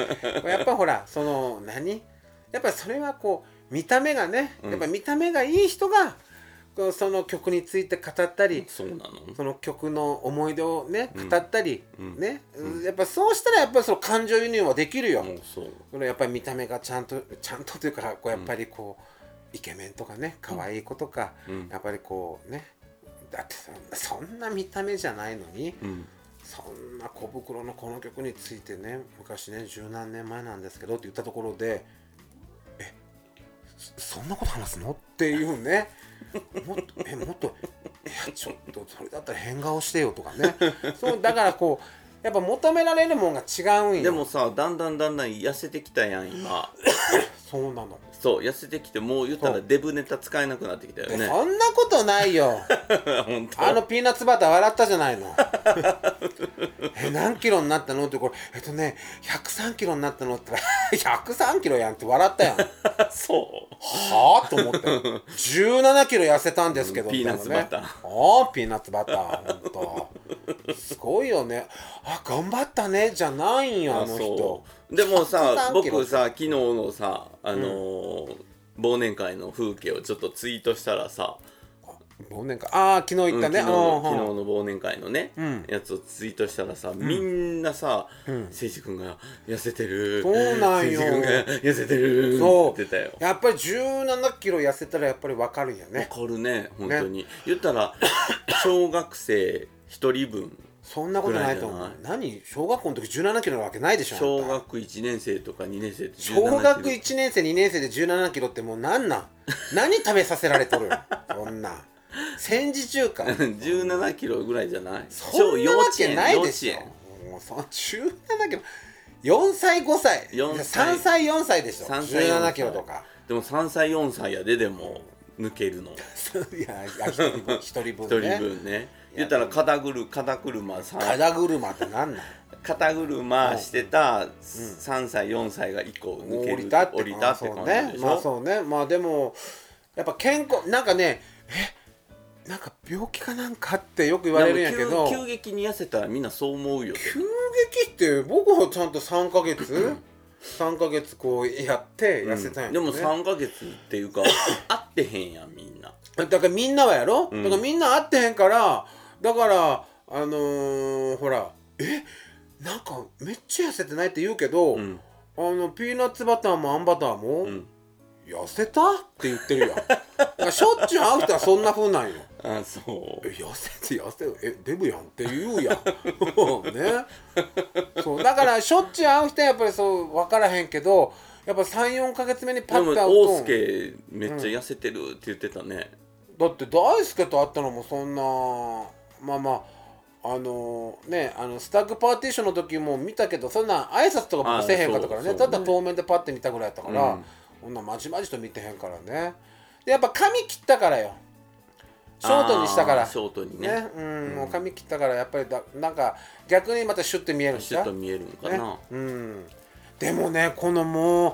やっぱほらその何やっぱそれはこう見た目がね、
うん
やっぱ見た目がいい人がこうその曲について語ったり、
そうなの
その曲の思い出をね
うん
語ったり、
うん
ね、
うん
やっぱそうしたらやっぱりその感情輸入はできるよ、
もうそう
それやっぱり見た目がちゃんとちゃんとというかこうやっぱりこうイケメンとかね可愛い子とか、
うん
やっぱりこうねだってそんなそんな見た目じゃないのに
うん
そんな小袋のこの曲についてね昔ね十何年前なんですけどって言ったところで「えそそんなこと話すの?」っていうね *laughs* もっと「えもっといやちょっとそれだったら変顔してよ」とかね *laughs* そうだからこうやっぱ求められるもんが違うんよ
でもさだんだんだんだん痩せてきたやん今
そうなの、
そう痩せてきてもう言ったらデブネタ使えなくなってきたよね
そんなことないよ
*laughs* 本当
あのピーナッツバター笑ったじゃないの *laughs* え何キロになったのってこれえっとね103キロになったのって言ったら *laughs* 103キロやんって笑ったやんは
そ
あと思って17キロ痩せたんですけど
ピーナッツバター
みたいなねああピーナッツバターほんとすごいよねあ頑張ったねじゃないん
う
よあの人
そうでもさ
103キロ
僕さ昨日のさあのー忘年会の風景をちょっとツイートしたらさ、
忘年会ああ昨日
う
行
ん
ったね、
昨日
うんうん
昨日の忘年会のね、
うん
やつをツイートしたらさみんなさ「誠司君が痩せてる」
そうなんよ
誠司君が痩せてる」
そう
って言ってたよ
やっぱり1 7キロ痩せたらやっぱり分かるんやね
わかるね本当に、言ったら小学生一人分
そんなことないと思
ぐらいう
何小学校の時1 7キロなわけないでしょ
小
あんた
学1年生とか2年生って17
小学
*laughs* キロ
1年生2年生で1 7キロってもうなんなん何食べさせられとるそんなん戦時中か
17キロぐらいじゃない
そんなわけないで
小
し
幼稚園
ょもうその1 7キロ4歳5歳
4歳
3歳4歳でしょ
3歳
1 7キロとか
でも3歳4歳やででも抜けるの
いやいや一人分一人
一
分
人
ね
分ね言ったら肩ぐる肩車さ
肩車ってなんなん
肩車してた3歳4歳が1個抜ける
降りたって
降りたって感じ
まあそう
で
ね
し
まあ
ょ
そうねまあでもやっぱ健康なんかねえなんか病気かなんかってよく言われるんやけど
でも急急激に痩せたらみんなそう思うよ
急激って僕はちゃんと3ヶ月3ヶ月こうやって痩せたんや
で
け
も
どね
3ヶ月って
*laughs*
いうか会ってへんやんみんな
だからみんなはやろ、
ん
だからみんな会ってへんからだからあのーほらえなんかめっちゃ痩せてないって言うけど、
うん
あのピーナッツバターもあんバターも、
ん
痩せたって言ってるやん *laughs* だからしょっちゅう会う人はそんな風なんよ
あそ
え痩せて痩せえデブやんって言うやん *laughs* ねそうだからしょっちゅう会う人はやっぱりそう分からへんけどやっぱ34か月目に
う
パ
で
ッ
も
と会
大
うと
輔めっちゃ痩せてるって言ってたね
だって大輔と会ったのもそんなまあまああのねあのスタッグパーティションの時も見たけどそんな挨拶とかもせえへんかったからね
あーそうそう
ただ当面でパッて見たぐらいやったから、
うん
こんなまじまじと見てへんからねでやっぱ髪切ったからよショートにしたから
あーショートにね
ね、うん、もう髪切ったからやっぱりだなんか逆にまたシュッて見えるん
シ
ち
ュ
ゃ
ッ
う
と見えるのかな、
ねうん、でもねこのもう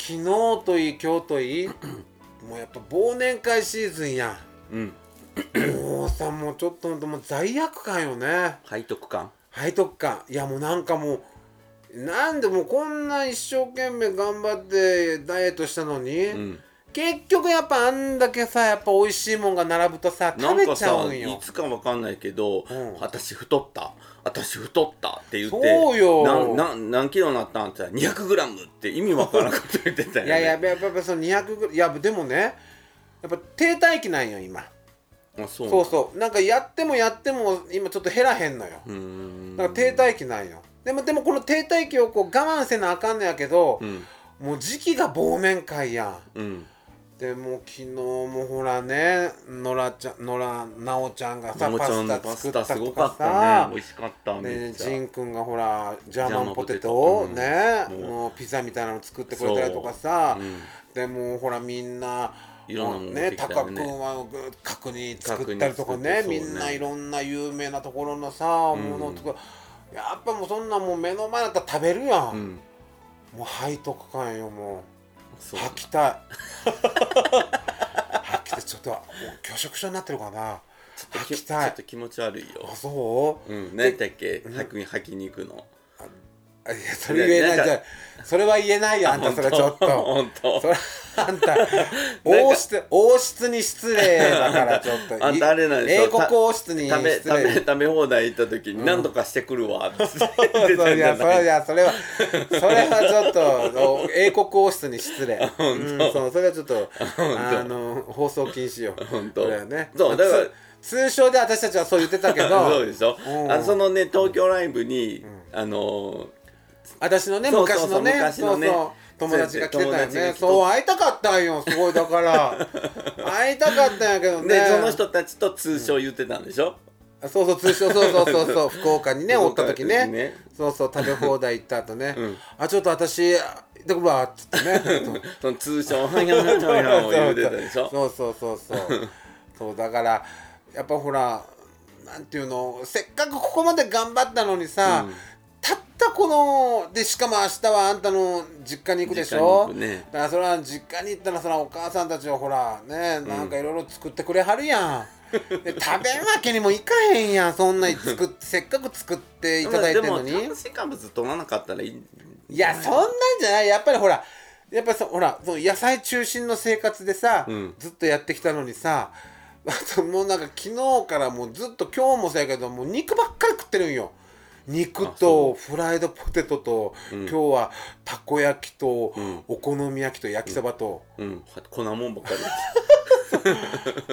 昨日といい今日と
*clears throat*
いいもうやっぱ忘年会シーズンや
うん
んもうさもうちょっとほんともう罪悪感よね
背徳感
背徳感いやもうなんかもうなんでもうこんな一生懸命頑張ってダイエットしたのに、
うん
結局やっぱあんだけさやっぱ美味しいもんが並ぶとさ
な
食
ん
べ
か
ちゃ
さ
うんよ
いつかわかんないけど、
うん
私太った私太ったって言って
そうよ
なな何キロになったんって言ったら 200g って意味わからんこと言ってたよ、ね、
いやいややっぱやっぱその200ぐらいいやでもねやっぱ停滞期なんよ今
あそう
そう
そ
そうなんかやってもやっても今ちょっと減らへんのよ
ううん
なんか停滞期なんよでもでもこの停滞期をこう我慢せなあかんのやけど
う、ん
もう時期が忘年会や
うん
んでもう昨日もほらね野良ちゃん野良直ちゃんがさ
も
パ
ちゃんの
スタ
パ
作
ス
った
タす
と
ごか
か
った
さ
ね美味しかっため
で
っちゃ
ジンくんがほらジャーマンポテト
ジャーマンポテト
をね
うん
もうピザみたいなの作ってくれたりとかさ、
うん
でもうほらみんない
ろんなもの
ね
持ってきた
タ
よね
カ君は角煮作ったりとかね
角煮作って
み
そうんね
ないろんな有名なところのさものとか、やっぱもうそんなもう目の前だったら食べるやん、
うん
もう背徳感よもう
そう
吐きたい吐きてちょっともう拒食症になってるかな吐きた
ちょ
い
っと気持ち悪いよ
あそう
うん何だっけ吐き吐きに行くの
あいやそれ言えない
なん
じ
か
ゃあそれは言えないよあんたそれちょっと
*laughs* 本当
それあん
*laughs*
た王室王室に失礼だからちょっと
*laughs* あんたあれなんでしょ
英国王室に
食べ
失
食べ
礼
食べ放題行った時に何とかしてくるわって
*laughs* そ
言ってた
れ
ん
い
じゃ
やそ
ない
れいやそれはそれはちょっとお英国王室に失礼うんそうそれはちょっとあの放送禁止よ
本当
それはね
そうだから
つ通称で私たちはそう言ってたけ
*laughs* そう
ど
でしょ、
うん
あそのね東京ライブに、あの
私のね
そうそう
昔
そう
のね
昔の
そう
ね
そう友達が来てたよ
友達が来
ね
て
そう会いたかったんよすご
*laughs*
いだから会いたかったんやけど
ー
ね
でその人たちと通称言ってたんでしょ、
あそうそう通称そうそうそう
*laughs*
そう福岡にねおった時ね
ね
そうそう食べ放題行った後ね、
うん
あちょっと私あ行ってくるわっつって
*laughs*
ねそう
その通称「はんやんやんやんやん」を言うてたでしょ
そうそうそうそうそうだからやっぱほらなんていうのせっかくここまで頑張ったのにさ、
うん
たったこのでしかも明日はあんたの実家に行くでしょ
実家に行くね
だからそれは実家に行ったらそのお母さんたちはほらねなんかいろいろ作ってくれはるやん、で食べんわけにもいかへんやんそんなに作っせっかく作っていただいてるの
で
に
も炭水化物取らなかったらいい
いやそんなんじゃないやっぱりほらやっぱりほらその野菜中心の生活でさ、
うん
ずっとやってきたのにさ *laughs* あともうなんか昨日からもうずっと今日もそうやけどもう肉ばっかり食ってるんよ肉
あ
と
そ
フライドポテトと、
うん
今日はたこ焼きと、
うん
お好み焼きと焼きそばと、
うん粉もんばっか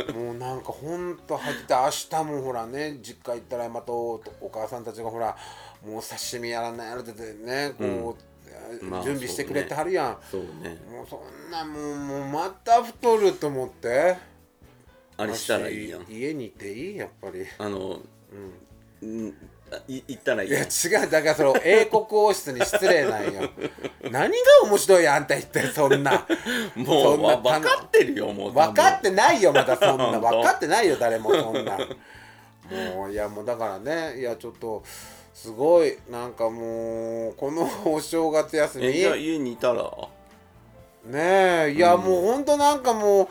り *laughs*
もうなんかほんと入ってて明日もほらね実家行ったらまたおお母さんたちがほらもう刺身やらないやらっててねこう、
まあ
準備してくれてはるやん、
そうね
もうそんなもうもうまた太ると思って
あれしたらいいやん
私家にいていいやっぱりい
あのうんあい行ったらいい
や
やん
違うだからそ
*laughs*
の英国王室に失礼なんよ何が面白いあんた言ってそんな
も
そん
う
な
わ分かってるよもう
分かってないよまだそんな
本当
分かってないよ誰もそんなもういやもうだからねいやちょっとすごいなんかもうこのお正月休み
えじゃあ家にいたら
ねえいや、もうほんとなんかも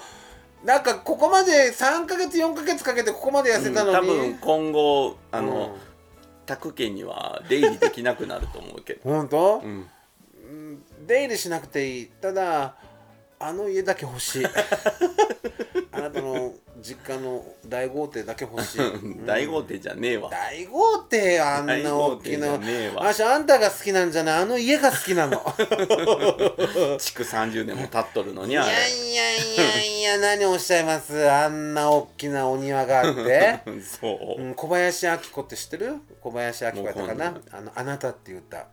うなんかここまで3ヶ月4ヶ月かけてここまで痩せたの
多
に、
分今後あ
う
の
ん
宅家には出入りできなくなると思うけど
ほんと
う、ん
うん出入りしなくていいただあの家だけ
*laughs*
欲しいあなたの実家の大豪邸だけ欲
*laughs*
しい、うん
大豪邸じゃねえわ
大豪邸あん
大
な
豪
大き
邸じ
な
ゃねえわ
私あんたが好きなんじゃないあの家が好きな
*laughs*
の
築30年も経っとるの
い
に
や
あ
い
れ
やいやいや何をおっしゃいますあんな大きなお庭があって
*laughs* そう、
うん、小林明子って知ってる小林明子やったかな
もう
あのあなたっていう歌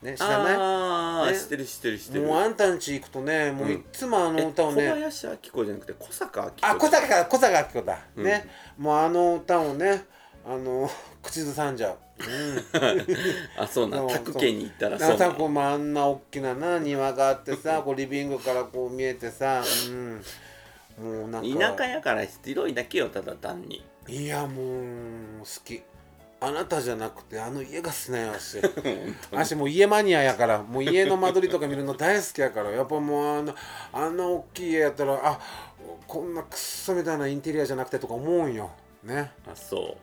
ね知らない
ああ、
ね
知ってる知ってる知ってる
もうあんたん家行くとねもううんいっつもあ
え
の歌
小
をね、
林明子じゃなくて小坂明子
あ小坂か小坂明子だ、ねもうあの歌をねあの口ずさんじゃう
*laughs* あそうな
そ
ん
う
宅家に行ったらそ
な
うんな
か
ん
こうあんな大きなな庭があって
*laughs*
さこうリビングからこう見えてさうんもうなんか
田舎やから広いだけよただ単に
いやもう好きあなたじゃなくてあの家が好きなんやし
*laughs*
私もう家マニアやからもう家の間取りとか見るの大好きやからやっぱもうあのあんな大きい家やったらあこんなクッソみたいなインテリアじゃなくてとか思うんよね
あそ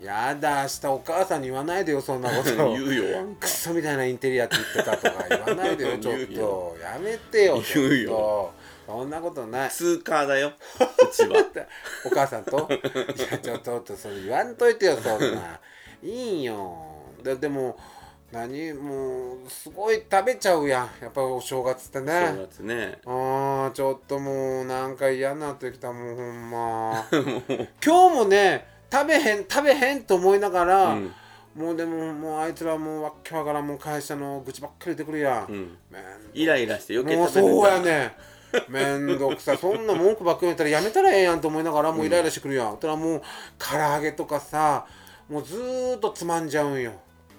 やだ明日お母さんに言わないでよそんなこ
う
と
*laughs* 言うよあん
ク
か
ソみたいなインテリアって言ってたとか言わないでよちょ
*laughs*
っ
言う
とやめてよちょっと
言うよ
そんなことない
通貨だようち
*laughs*
は
お母さ
*laughs*
んといやちょっとちょっとそれ言わんといてよそんないいんよででも何もうすごい食べちゃうやんやっぱりお正月って
正
ね
月ね
あーちょっともうなんか嫌になってきたもうほん
*laughs*
ま今日もね食べへん食べへんと思いながら、
うん
もうでももうあいつらもうわっけわからんもう会社の愚痴ばっかり言ってくるやん、
うん
めん
イライラして余計
もう
食べる
そ
ん
うや
だ
ねめんどくさいそんな文句ばっかり言ったらやめたらええやんと思いながらもうイライラしてくるやん、たらもう唐揚げとかさもうずーっとつまんじゃうんよ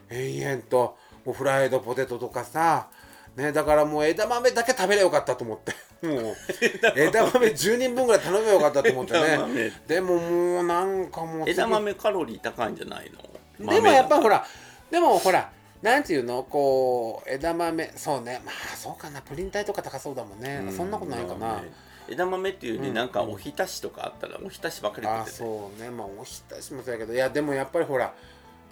延々ともうフライドポテトとかさねだからもう枝豆だけ食べればよかったと思ってもう *laughs* 枝豆10人分ぐらい頼めばよかったと思って
枝豆
ねでももうなんかもう
枝豆カロリー高いんじゃないの
でもやっぱほ
ら
らでもほらなんていうのこう枝豆そうねまあそうかなプリン体とか高そうだもんね、そんなことないかな、
枝豆っていうよりなんかおひたしとかあったらおひたしばっかり食
ああ
ってて
*laughs* そうねまあおひたしもそうやけどいやでもやっぱりほら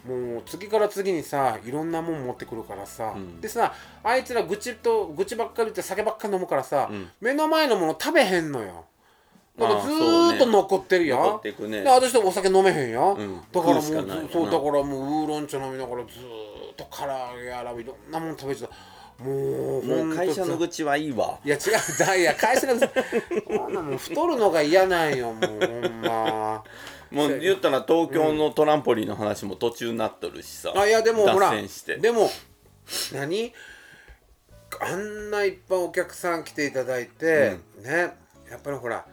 もう次から次にさいろんなもん持ってくるからさ、
うん
でさあいつら愚痴と愚痴ばっかり言って酒ばっかり飲むからさ、
うん
目の前のもの食べへんのよだから
ああ
ずーっ
そ
と
うね
残ってるよ、
残っていくね
で私とお酒飲めへんよ、
うん
だからもう
食うしかないよな
そうだからもうウーロン茶飲みながらずーっと唐揚げやらいろんなもん食べてたもう
も
ほん
う
と
会社の愚痴はいいわ
いや違うだいや会社の *laughs* こんなもん太るのが嫌なんよもうほんま
もう言ったら東京のトランポリンの話も途中になっとるしさ、
あいやでもほら
脱線して
でも何あんないっぱいお客さん来ていただいて、ねやっぱりほら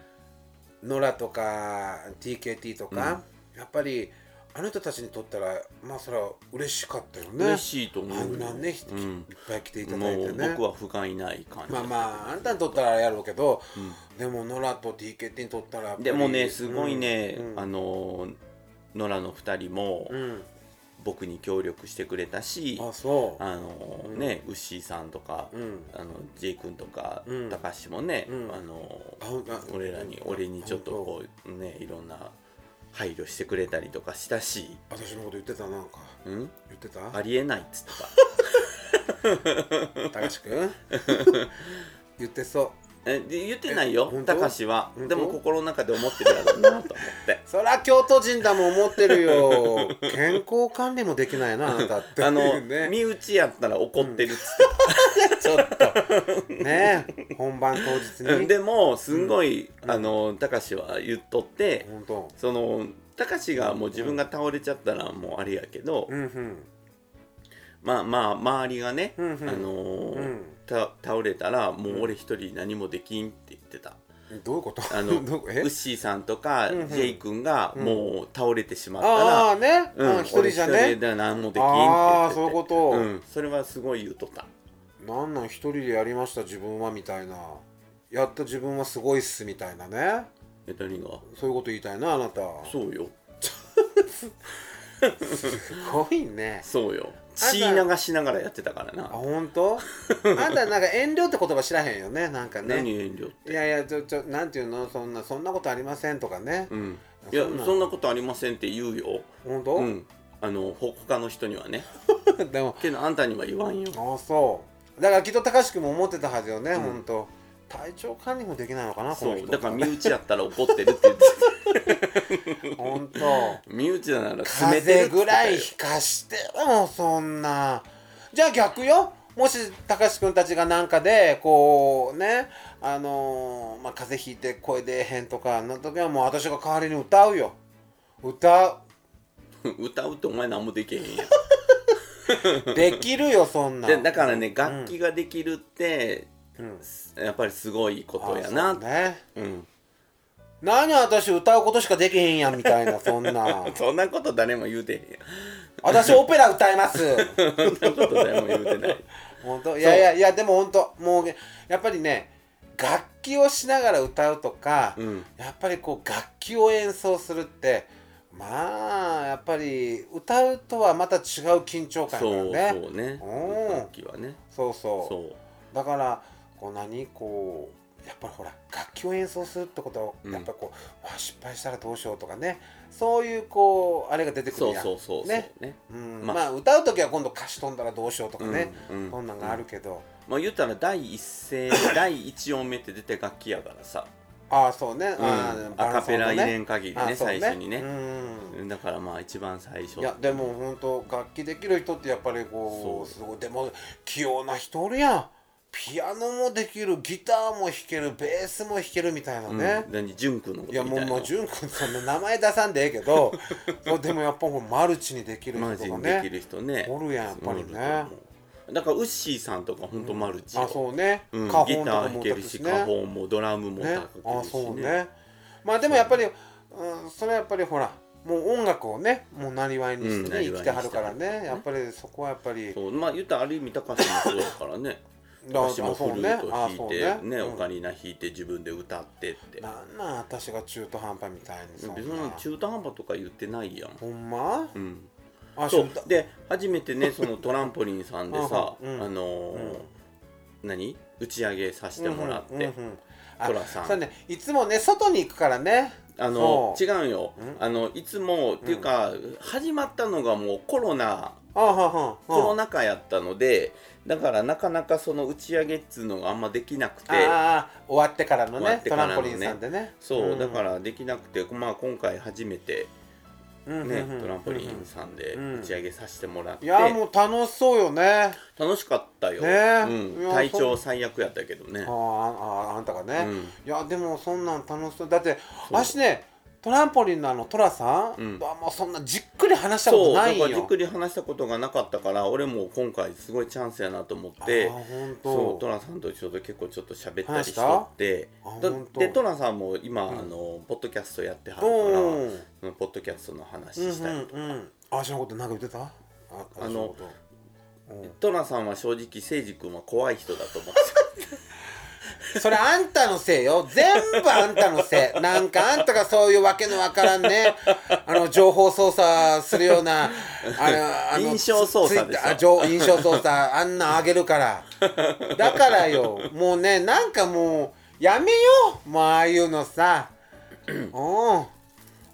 ノラとか TKT とか、やっぱりあの人たちにとったらまあそれは嬉しかったよね
嬉しいと思う
あんなね、ひ
う
いっ
ん、
ぱい来ていただい
も
て
う
ね
僕は不甲斐ない感じ
まあまああんたにとったらあれやろうけど、でもノラと TKT にとったらやっぱり
でもねすごいね、
うん
あの野良の2人も
うん、
僕に協力してくれたし、
あそう
あのね、ウッシーさんとか、
うん
あの J 君とか、
うん
高橋もね、
うん
あの
あほんあ
俺らに俺にちょっとこうねいろんな配慮してくれたりとかしたし、
私のこと言ってたなんか
うん、
言ってた
ありえないっつってた
高橋
*laughs*
君言ってそ *laughs*
えで言ってない
え
よ
本当
高橋は
本当
でも心の中で思ってるやろうなと思って
うそりゃ京都人だもん思ってるよ健康管理もできないなあなたって
あの、
*laughs* *laughs* ね
身内やったら怒ってるっつってた
ちょっとね本番当日
うん
に
でもすんごい、あの高志は言っとって、
本当
その高志がもう自分が倒れちゃったらもうあれやけど、
うんうん
まあまあ周りがね、
うんうん
あのー
うん
た倒れたらもう俺一人何もできんって言ってた、
えどういうこと
あ
*laughs* どう
のウ
え
ッシーさんとか
うんうん
J 君がもう倒れてしまった
あ
ら、
あね、
うん
うん、一人じゃ
俺一
ね
人で何もできんって言ってて
ああそういうこと、
うん、それはすごい言うとった
なんなん一人でやりました自分はみたいなやった自分はすごいっすみたいなね
え何が
そういうこと言いたいなあなた
そうよ
すごいね
そうよ
あ
血流しながらやってたから
あ
な
本当あんたなんか遠慮って言葉知らへんよねなんかね
何遠慮って
いやいやちょちょなんていうのそんなそんなことありませんとかね、
うん、いや
そ
そ
ん
ん
な
なことありませんって言うよ、
本当、
うん、あのほ他の人にはね
*laughs* でも
けどあんたには言わんよ
ああそうだからきっと高志君も思ってたはずよね、本当体調管理もできないのかなこの
そう
人
だから身内やったら怒ってるって
*laughs*
言ってた
本当
身内なら冷
風
めてる
邪
って
ぐ
言って
ら
た
い
よ
引かしてよもうそんなじゃあ逆よもし高志君たちがなんかでこうねあのーまあ、風邪ひいて声出えへんとかの時はもう私が代わりに歌うよ歌
*laughs* 歌うってお前何もできへんやん
うできるよそんな
でだからね楽器ができるって、
うん
やっぱりすごいことや
あ
な
そうね
うん、
何私歌うことしかできへんやんみたいなそんな
そんなこと誰も言うてへ
私オペラ歌います
んやんそんなこと誰も言うて
*laughs*
ない
本当いやいやいやでも本当もうやっぱりね楽器をしながら歌うとか、
うん
やっぱりこう楽器を演奏するってまあやっぱり歌うとはまた違う緊張感だ
そ
よ
う
ね
そうね
うん
楽器はね
そうそう
そう
だからこう何こうやっぱりほら楽器を演奏するってことは、
うん
やっぱこうわあ失敗したらどうしようとかねそういうこうあれが出てく
そ
る
う
やん
そうそうそう
ね
ね
うんま
ま
あ
あ、
歌う時は今度歌詞飛んだらどうしようとかね、
うんうん
そんなんがあるけど、
まあ言ったら第一
*laughs*
声第一音目って出て楽器やからさ、
ああそうね、あ
うん
あバ
ア
ラ
カ
ンス音
ペ
の
ラ
ね
入れん限りね
あそう
最初にね、
うん
だからまあ一番最初
いやでも本当楽器できる人ってやっぱりこう
そう
すごいでも器用な人おるやんピアノもできるギターも弾けるベースも弾けるみたいな
うん
ね、
何純君のこと
い
みた
や
い
も
な
うもう潤君そんな名前出さんでええけどそうでもやっぱもうマルチにできる
マル
人
チ
とか
にでき
ね
る人ね
おるやんやっぱり
お
ね
ると思うだからウッシーさんとか本当マルチよ
あそうね、
うん
花
ギ
本と
ター
かも
弾
歌
け
っ
る
た
し
し
カ
ね
ホンもドラムも
ね
叩けるし、ね
あそうねまあでもやっぱり、うん、それはやっぱりほらもう音楽をねもうなりわいにして、
うん
生きてはるからね
生業にしてはるからね
やっぱりそこはやっぱり
そうまあ言ったらある意味高橋もそうだからね
*laughs* だ
高橋もフルート弾い
そう
てね
うん
オカリナ弾いて自分で歌ってって
なんなん私が中途半端みたいにそん
別にそんな
な
中途半端とか言ってないやん
ほんま
うん
あ
そ
そううだ、
で初めてねそのトランポリンさんでさ
うん
あのー何打ち上げさせてもらって、
うんうんうんあ
寅さん
そうねいつもね外に行くからね
あの
そう
違うよ、あのいつもっていうか、始まったのがもうコロナ
あはは
コロ
は
ナ禍やったのでだからなかなかその打ち上げっつうのがあんまできなくて
あああ終わってからの
終わ
ね
って
ト
から
ラ
の
ン
ね
ポリンさんでね
そう、
ん
だからできなくて、まあ、今回初めて、
うん
ね
うんうん
トランポリンさんで
う
打
ん
ち上げさせてもらって、
いやもう楽しそうよね
楽しかったよ、
ね
うん
いや
体
そ
調最悪やったけどね
あああああんたがね、
うん
いやでもそんなん楽しそうだって
う
私ねトランポリンのあのトラさん、
うん
はもうそんなじっくり話したこ
そう
とな
ないん
よ
かじっくり話したことがなかったから俺も今回すごいチャンスやなと思って
あーほんと
そうトラさんとちょうど結構ちょっと喋ったり
話
し
し
と
た
って
あ
だ
ほんと
でトラさんも今、
うん
あのポッドキャストやってはるから、
うんうん
そのポッドキャストの話
うん
したり、
うんあしのことなんか言ってたあ
あの
あの
トラさんは正直誠司君は怖い人だと思って
それあんたのせいよ全部あんたのせいなんかあんたがそういうわけのわからんねあの情報操作するようなあのあの
印象操作でしょ
ツイッターあ情印象操作あんなんあげるからだからよもうねなんかもうやめようもうああいうのさうん *laughs* も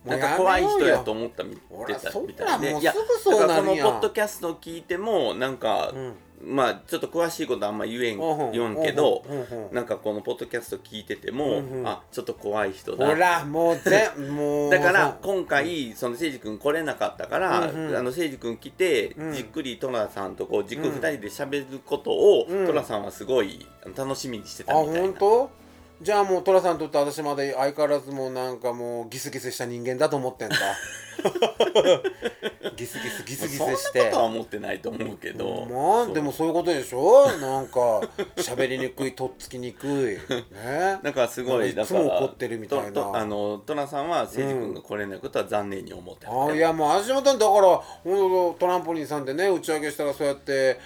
う
なんか
やめようよ
怖い人やと思ったみ
ほ
て
ら
た
そ
み
ん
た
ない
で
もう
いや
すぐそうな
だから
る
こ
や
の
ん
ポッドキャスト聞いてもなんか、
うん
まあちょっと詳しいことあんま言えん
うんうん
言わんけど、
うんうんうん
なんかこのポッドキャスト聞いてても、
うんうん
あちょっと怖い人だ
ほらもうぜもう
だから
さ
今回その誠司君来れなかったから、
うんうん
あの誠司君来て、
うん
じっくりトラさんとこう軸二人で喋ることを、
うん
トラさんはすごいあの楽しみにしてた
あ
みたい
本
な。
当じゃあもう寅さんにとって私まだ相変わらずもうなんかもうギスギスした人間だと
*laughs*
思ってんだギスギスギスギ
そんな
スし
こ
て
とは思ってないと思うけど、
まあ
そう
でもそういうことでしょなんか喋りにくいとっつきにくいね
*laughs* なんかすごいだ
なん
か
か
ら
いつも怒ってるみたいな
ととあのトラさんは誠司君が来れないことは残念に思って
あい
や
やもう私もだだからほんとトランポリンさんでね打ち上げしたらそうやって、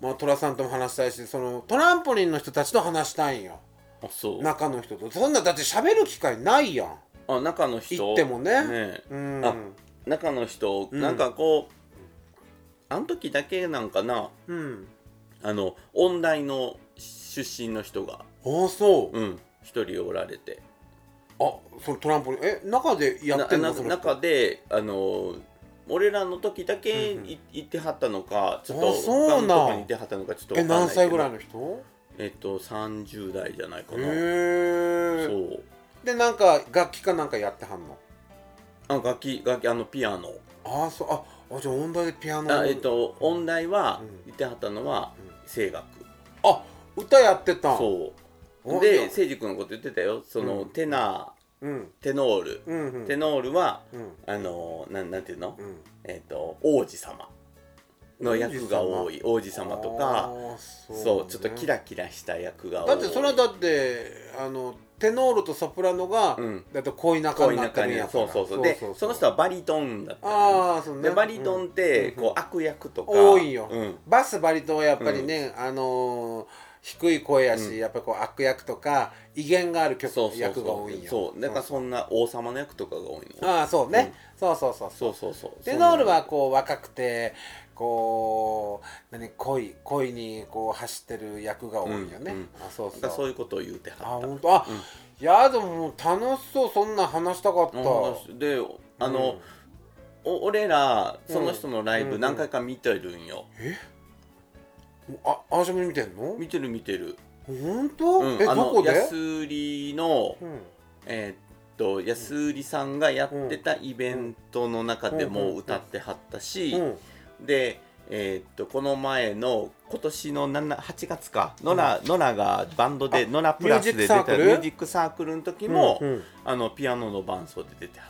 まあ、寅さんとも話したいしそのトランポリンの人たちと話したいんよ
そう
中の人とそんなだって喋る機会ないやん
あ中の人
行ってもねうん
あ中の人、
うん
なんかこうあの時だけなんかな
うん
あの音大の出身の人が
ああそう、
うん一人おられて
あそのトランポリンえ中でやってん
な
の
な
その人
中であの俺らの時だけ
うんうん
い行ってはったのかちょっ
あ
と
そうなん
他のとこに行ってはったのかちょっとわ
え
かんない
何歳ぐらい
の
の人
えっと30代じゃないか
へ
な、
え
そう
でなんか楽器かなんかやってはんの
あ楽器楽器あのピアノ
ああそうああじゃあ音大でピアノ
あえっと音大は
うん
言ってはったのは
うん
声楽、
あ歌やってたん
そう
お
で
いや
誠司君のこと言ってたよその、
うん
テナ
うん
ーテノール、
うんうん
テノールは
うん
あのなんなんていうの、
うん
えっ、と王子様の役が多い王子様と
あ
か
ー
そう,、
そう,、
ちょっとキラキラした役が多い
だってそれはだってあのテノールとソプラノが、
うん
だって恋仲
恋
になって
中
るん
に
やか
そ
ら
うそうそうでその人はバリトンだったのね
ああそうね
でバリトンって
うん
こう悪役とか
多いよ
うん
バスバリ島はやっぱりね、あのー低い声やし、
うん
やっぱこう悪役とか威厳がある曲
そうそう
役が
そ
多いん
う
よ
そうなんかそんな王様の役とかが多いの
ああそうね、そうそうそう
そうそうそう
テノールはこう若くてこう何恋恋にこう走ってる役が多いよね、
うんうん
あそう
そんな
そう
なんかそういうことを言うて
あ
はった
本当あ、いやでももう楽しそうそんなん話したかった、
うんであの、お俺らその人のライ
うんう
ブ
ん
何回か見てるんよ、
ああしも見てんの
見てる見てる、
本当、
うん、
え
あ
ど
の
こで
安売りの
うん
えーっと安売りさんがやってたイベントの中でも歌ってはったし、
うん
でえーっとこの前の今年の7 8月かノラ,、ノラがバンドで
あ
ノラプラスで出たミ
ミュージックサークル
ュージックサークルの時も、
うんうん
あのピアノの伴奏で出てはっ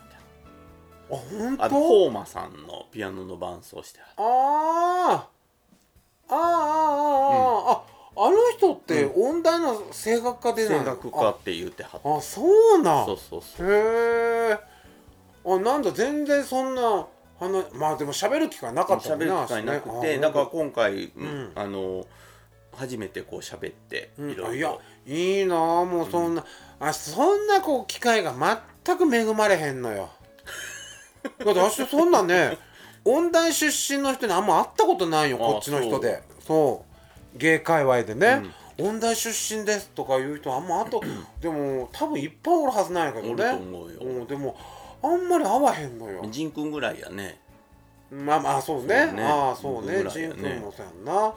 た
あ本当
あとホーマさんのピアノの伴奏してはった
あーあーあーあー、ああの人って音大の声楽家でな
声
い
楽家って言うてはった
ああそうなん
そうそうそう
へえあなんだ全然そんな話まあでも喋る機会なかったも
喋
んね
る機会なくて
あ
だから今回、うん
ん
あの初めてこう喋って
うん
いろ
あい
い
や
ろ
いいなあもうそんな、あそんなこう機会が全く恵まれへん
*laughs*
のよだって私そんなね音大出身の人にあんま会ったことないよ
ああ
こっちの人でそう芸界隈でね、音大出身ですとかいう人あんまあ
*clears throat*
とでも多分いっぱいおるはずなんやけど
お
ね
ると思うよ、
うん、でもあんまり会わへんのよ
仁君ぐらいやね
まあまあそうね
そうね
ああそう
僕
ね
らや
ジ
ね
ン君もそうやんな
ね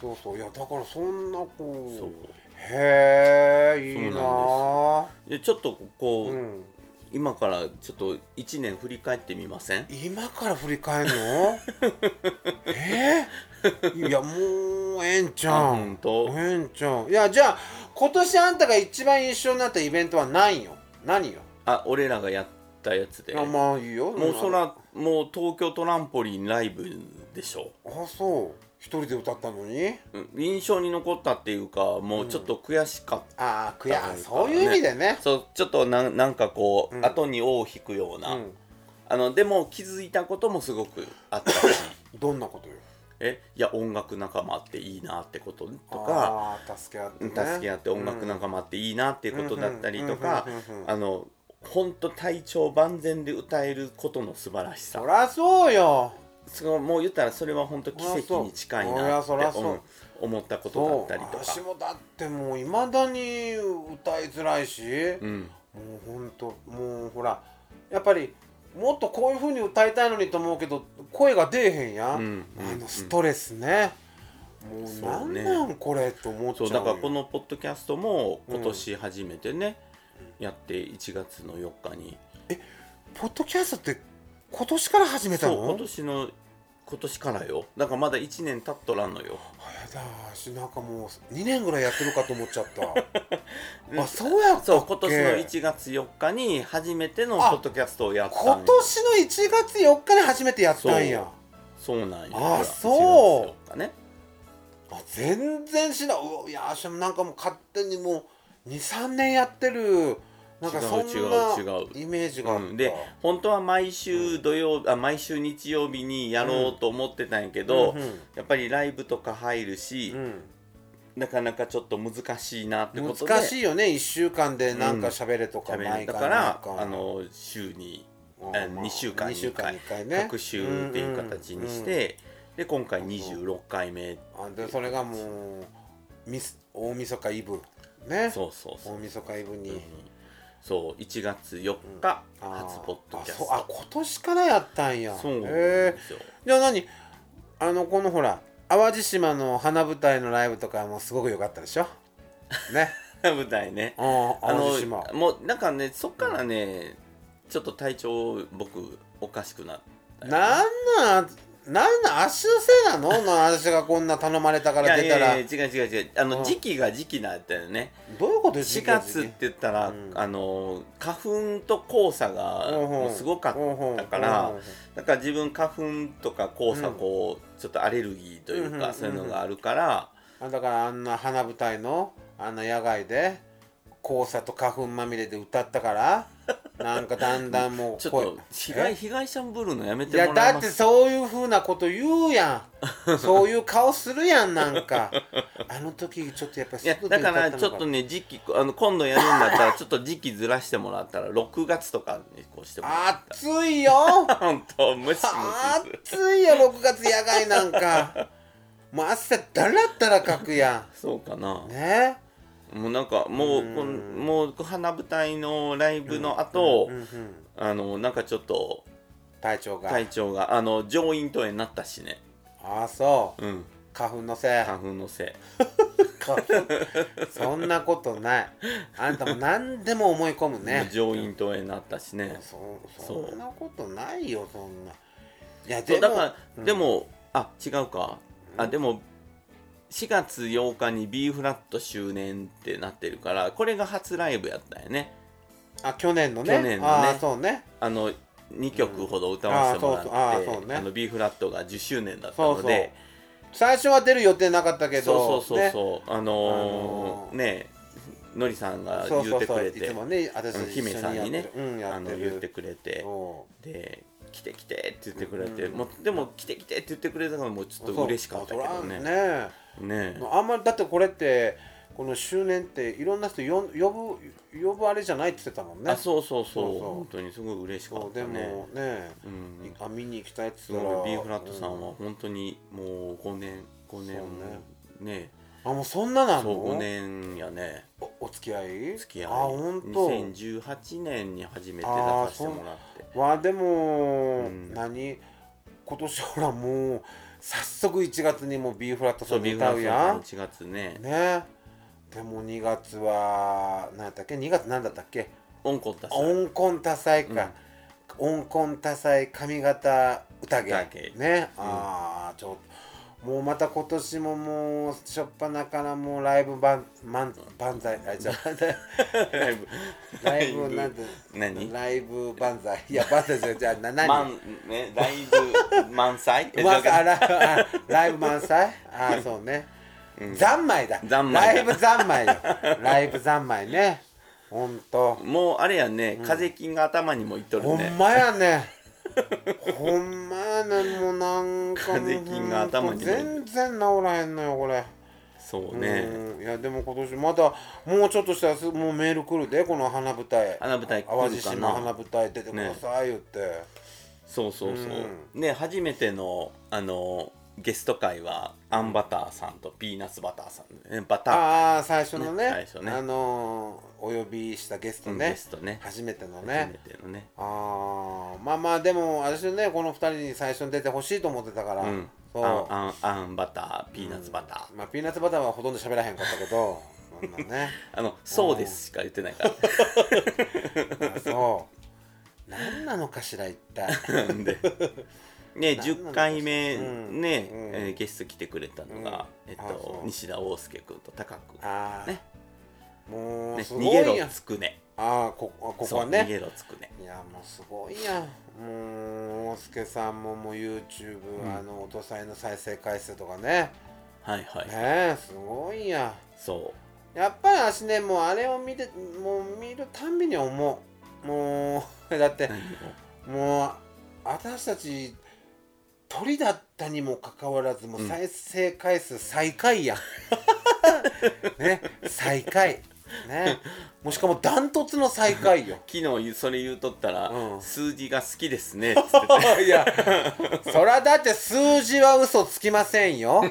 そうそういやだからそんなこう
そう
へえいいな
そ
あ
でちょっとこ
う
う、
ん
今からちょっと1年振り返ってみません
今から振り返る *laughs* のえー、いやもうええんちゃ
あ
ん
本当
ええんちゃんいやじゃあ今年あんたが一番印象になったイベントは何よ何よ
あ俺らがやっったやつで
あ
も
まあいいよ
うそらもう東京トランポリンライブでしょ
あそう一人で歌ったのに
うん印象に残ったっていうかもうちょっと悔しかった、
ああ悔
だから
や
ね
そういう意味でね
そうちょっとなんなんかこう、
うん
後に尾を引くよう
う
な、あのでも気づいたこともすごくあったし *laughs*
んどんなことよ
えいや音楽仲間っていいなってこととか
あー助け合って、
うん
ね、
助け合って音楽仲間っていいなっていうことだったりとか
うんうんうんうんうん
あのほんと体調万全で歌えることの素晴らしさ
そらそうよ
そのもう言ったらそれは本当奇跡に近いな
あ
って
そうそりゃそりゃそう
うん思ったことだ
そ
っ
う
たりと
私
か。
もだってもういまだに歌いづらいし、
うん
もうほんともうほらやっぱりもっとこういうふうに歌いたいのにと思うけど声が出えへんや、
うんうん
あのストレスね、もうな
そうんね
なんこれと思っちゃ
そうう
よ
だからこのポッドキャストも今年初めてね、やって1月の4日に
ポッドキャストって今年から始めた
そ
の
う今年の今年からよだからまだ1年経っとらんのよ
あやだしなんかもう2年ぐらいやってるかと思っちゃった
*laughs* うん
あそうやったっけ
そう今年の1月4日に初めてのポッドキャストをやったんよ
今年の1月4日に初めてやったんや
そうなんよ
あそう
1月4日ね
あ全然しないうわいやしかもなんかもう勝手にもう23年やってるなんかそんな
違う違う違う
イメージがあった、
うん、で本当は毎週土曜、あ毎週日曜日にやろうと思ってたんやけど、
うんうん
やっぱりライブとか入るし、なかなかちょっと難しいなって
う
こと
ん、
で
難しいよね1週間でなんか喋れとか
喋
ない
れだ
か
からあの週に、
うん
あ
まあ
2週間に1回
二週間に一回ね
各週っていう形にして、で今回26回目
あでそれがもうミス大晦日イブね
そうそうそう、
大晦日イブに、
うんそう1月4日、初ポッドキャスト
あそうあ今年からやったんや
そうなん
へえ
ですよ
じゃあ何あのこのほら淡路島の花舞台のライブとかもすごく良かったでしょ
*laughs*
ね
舞台ね
あ
あ
淡
の
路島
もうなんかねそっからね、ちょっと体調僕おかしくなったよね
なんなんなんなん足のせいなのな私がこんな頼まれたか
い
ら
や
出
い
たら
やいや違う違う違うあの、
うん
時期が時期なんだよね
どういうこと
4月って言ったら、
うん
あの花粉と黄砂がもうすごかったから、だから自分花粉とか黄砂
うん
こう、ちょっとアレルギーというか、
うん
そういうのがあるから、
あだからあんな花舞台のあんな野外で黄砂と花粉まみれで歌ったからなんかだんだんも
*laughs*
う
ちょっ
声
と被害
え
被害者ぶるのやめ
い
て
や
もらえ
だ
ま
って
す
そういうふうなこと言うや
*laughs*
んそういう顔するやんなんかあの時ちょっとやっぱ
いやだからちょっとね時期あの今度やるんだ
*laughs*
ったらちょっと時期ずらしてもらったら6月とかにこうしてもらっ
暑いよ
た本当ムシムシする
暑いよ6月野外なんかもう汗だらだらかくや
そうかな、
んね
もうなんかもう
うん
こんもう花舞台のライブの後、
うんうん
あのなんかちょっと
体調が、
体調があの上咽頭炎になったしね
ああそう
うん
花粉のせい
花粉のせい
花粉そんなことないあんたも何でも思い込むね
上咽頭炎になったしね
そ
そう
そんなことないよそんないや
そ
で
う
も
だから、
うん
でもあ違うかあでも4月8日に B フラット周年ってなってるからこれが初ライブやったよね
あ去年のね
去年のね
ああそうね
あの2曲ほど歌わせてもらって、
うんあーそうそうあーそうね
の B フラットが10周年だったので
最初は出る予定なかったけ
そ
ど
うそうそうそう、あのー
あのー
ねのりさんが
ねそう
言
そ
っ
う
て
そ
く
う
れ
い
て
つもね私
うん
たち一
姫
緒
さん
にやっ
に
て
ね
る、うんや
あ
っ
の
てる
言ってくれて
そ
で「来て来て」って言ってくれて、
うん
もうでも「来て来て」って言ってくれたからもうち
う
ょっと嬉しかったけど
そ
ね
うそらね
ね
あんまりだってこれってこの周年っていろんな人よ呼ぶ呼ぶあれじゃないって言ってたもんね
あそうそうそう
そうそう
本当にすごい嬉しか
そ
っ
う
た
で
ね
もね、
うん
あ見に行きたいって
す
言っ
ご
たら
い B フラットさんは本当にもう5年5年
そう
ね
あもうそんななの
そう5年やね
おお付き合い
付き合い
あ本当
2018年に初めて出させてもらって
わでも、
ん
何今年ほらもう早速1月にもう B フラット
そ
さ
うん B フ
歌
ラッ
う
トさん
や
の1月ね
んねでも2月は何だったっけ2月何だったっけ
オンコンタ *laughs* さん
音魂多彩か、音魂多彩上方宴
宴
ね、ああちょっもうまた今年ももうしょっぱなからもうライブ万万万歳あじゃあ
*laughs* ライブ
ライブなんて
何
ライブ万歳いや万歳じゃじゃあな何
満ねライブ満
*laughs*
載え
ま
じゃ
あ
あ
ラあライブ満載あそうね、三昧だ
三昧だ
ライブ三昧よライブ三昧ねほんと
もうあれやね風邪菌が頭にもいっとる
ほん
ね
まやねほんまやねもうなんかもう
風邪菌が頭にもいる
全然治らへんのよこれ
そうね
うんいやでも今年まだもうちょっとしたらすもうメール来るでこの花舞台
花舞台来るかな
淡路島花舞台出てください言って、
そうそうそう
う
ね初めてのあのゲスト会はアンバターさんとピーナッツバターさんねバター
ああ最初のね
ね最初ね
あのーお呼びしたゲスト
うん
ね
ゲストね
初めての
初め
ね
てのね
ああまあまあでも私ねこの2人に最初に出てほしいと思ってたから、
うん
そう
あんあんあんバターピーナッツバター
まあピーナッツバターはほとんど喋らへんかったけ
*laughs*
どそんなね
あのそうですしか言ってないから
あそう何なのかしら一
*laughs*
体
なんで。
*laughs*
ね、
なんなん
10回目
うん
ね、
うん
えーゲスト来てくれたのが、
うん
えっ
あそ
と、
う
西田大介君と高くね
ああ、
ね
もうす
逃
ごい
げろ
やん
つくね
ああここここは
そう逃
ね
げろつくね
いやもうすごいやんもう大輔さんももう YouTube、あのおとさいの再生回数とかね
はいはい、
ねえすごいや
そ
んやっぱり私ねもうあれを見てもう見るたんびに思うもう *laughs* だって
う何を
もう私たち鳥だったにもかかわらずもう再生回数最
*laughs*
下位やん、ね最下位ねもうしかもダントツの最下位よ
昨日それ言うとったら、
うん
数字が好きです
*laughs*
ねっつってて
いやそらだって数字は嘘つきませんよ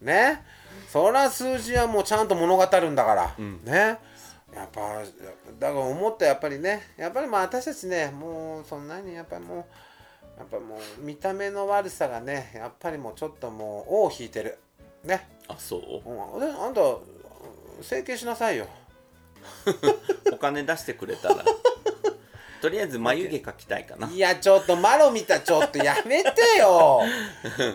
ねそら数字はもうちゃんと物語るんだから、
ん
ねやっぱやっぱだから思ったやっぱりねやっぱりまあ私たちねもうそんなにやっぱりもうやっぱもう見た目の悪さがねやっぱりもうちょっともう尾を引いてるね、
あそう
うん、であんた整形しなさいよ
お金出してくれたらとりあえず眉毛描きたいかない
やちょっとマロ見たちょっとやめてよ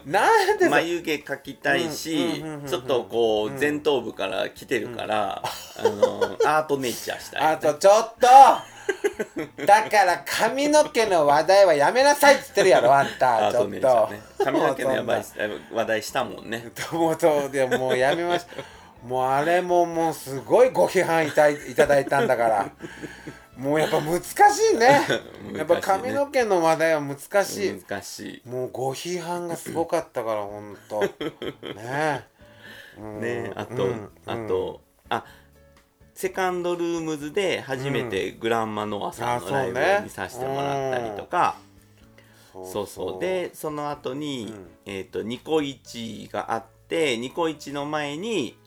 なんでさ
眉毛描きたいし
うんうんうんうん
ちょっとこう前頭部から来てるから、あのアートネイチャーしたい
あとちょっ
*laughs*
とだから髪の毛の話題はやめなさいって言ってるやろあん
*laughs* あ
たちょ
と
っ
ね
と、
髪の毛のやばい
もう
話題したもんね
そんなもうそうでもうやめましたもうあれももうすごいご批判いたいいただいたんだからもうやっぱ難し
*laughs*
いねやっぱ髪の毛の話題は難しい、
難し
もうご批判がすごかったからほんとねえ
い
うん
ねあと、
うん
あと、あセカンドルームズで初めてグランマノアさんの
あ
ライ
そうね
ブを見させてもらったりとか、そうそうでその後に、
うん
えっ、とニコイチがあってニコイチの前に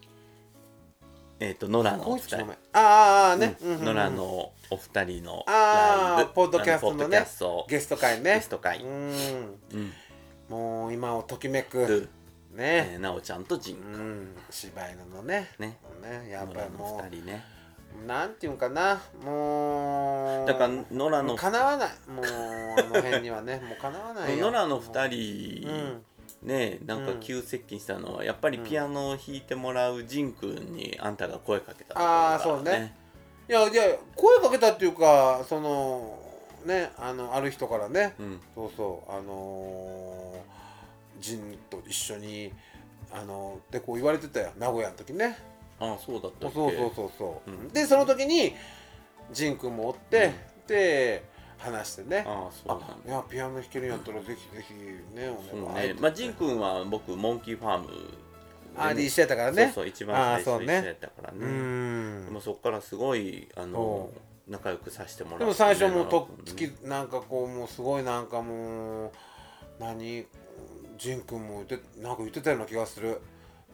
えっ、と野良のお二
高知
人
の前あーあーね、うんうんうん
野良のお二人の
あー
ライブ
ポッドキャストのね
あポッドキャスト
ゲスト会ね
ゲスト会
うん
うん
もう今をときめ
うん
く
え
ね
ー、なおちゃんとジン
う
くん
ん柴犬のね
ね
ねやっぱ
野良
りも
の二人ね
うなんていうんかなもう
だから野良
も
の
うかなわないもうあの辺にはねもうかなわない
野良の
人
2人、
うん
ねなんか急接近したのはやっぱりピアノを弾いてもらうジンくんにあんたが声かけたところから
あーそうねいやいや声かけたっていうかそのねあのある人からね、
うん
そうそうあのー、ジンと一緒にあのー、でこう言われてたよ名古屋の時ね
ああそうだったっ
そう
け
そうそうそう、
うん
でその時に仁君もおって、で話してね
ああそうなん
いやピアノ弾けるんやったらぜひぜひねお
そう
願い
ねまあジンくんは僕モンキーファーム
あ
で
り
ね
してたからね
そうそう一番最
あー
初
そう
一緒
ね
やったから
う
ね
ん
もうそこからすごいあの
そ
仲良くさせてもらって
でも最初もうとっ
ね
つきなんかこうもうすごいなんかもう何仁君も言ってなんか言ってたような気がする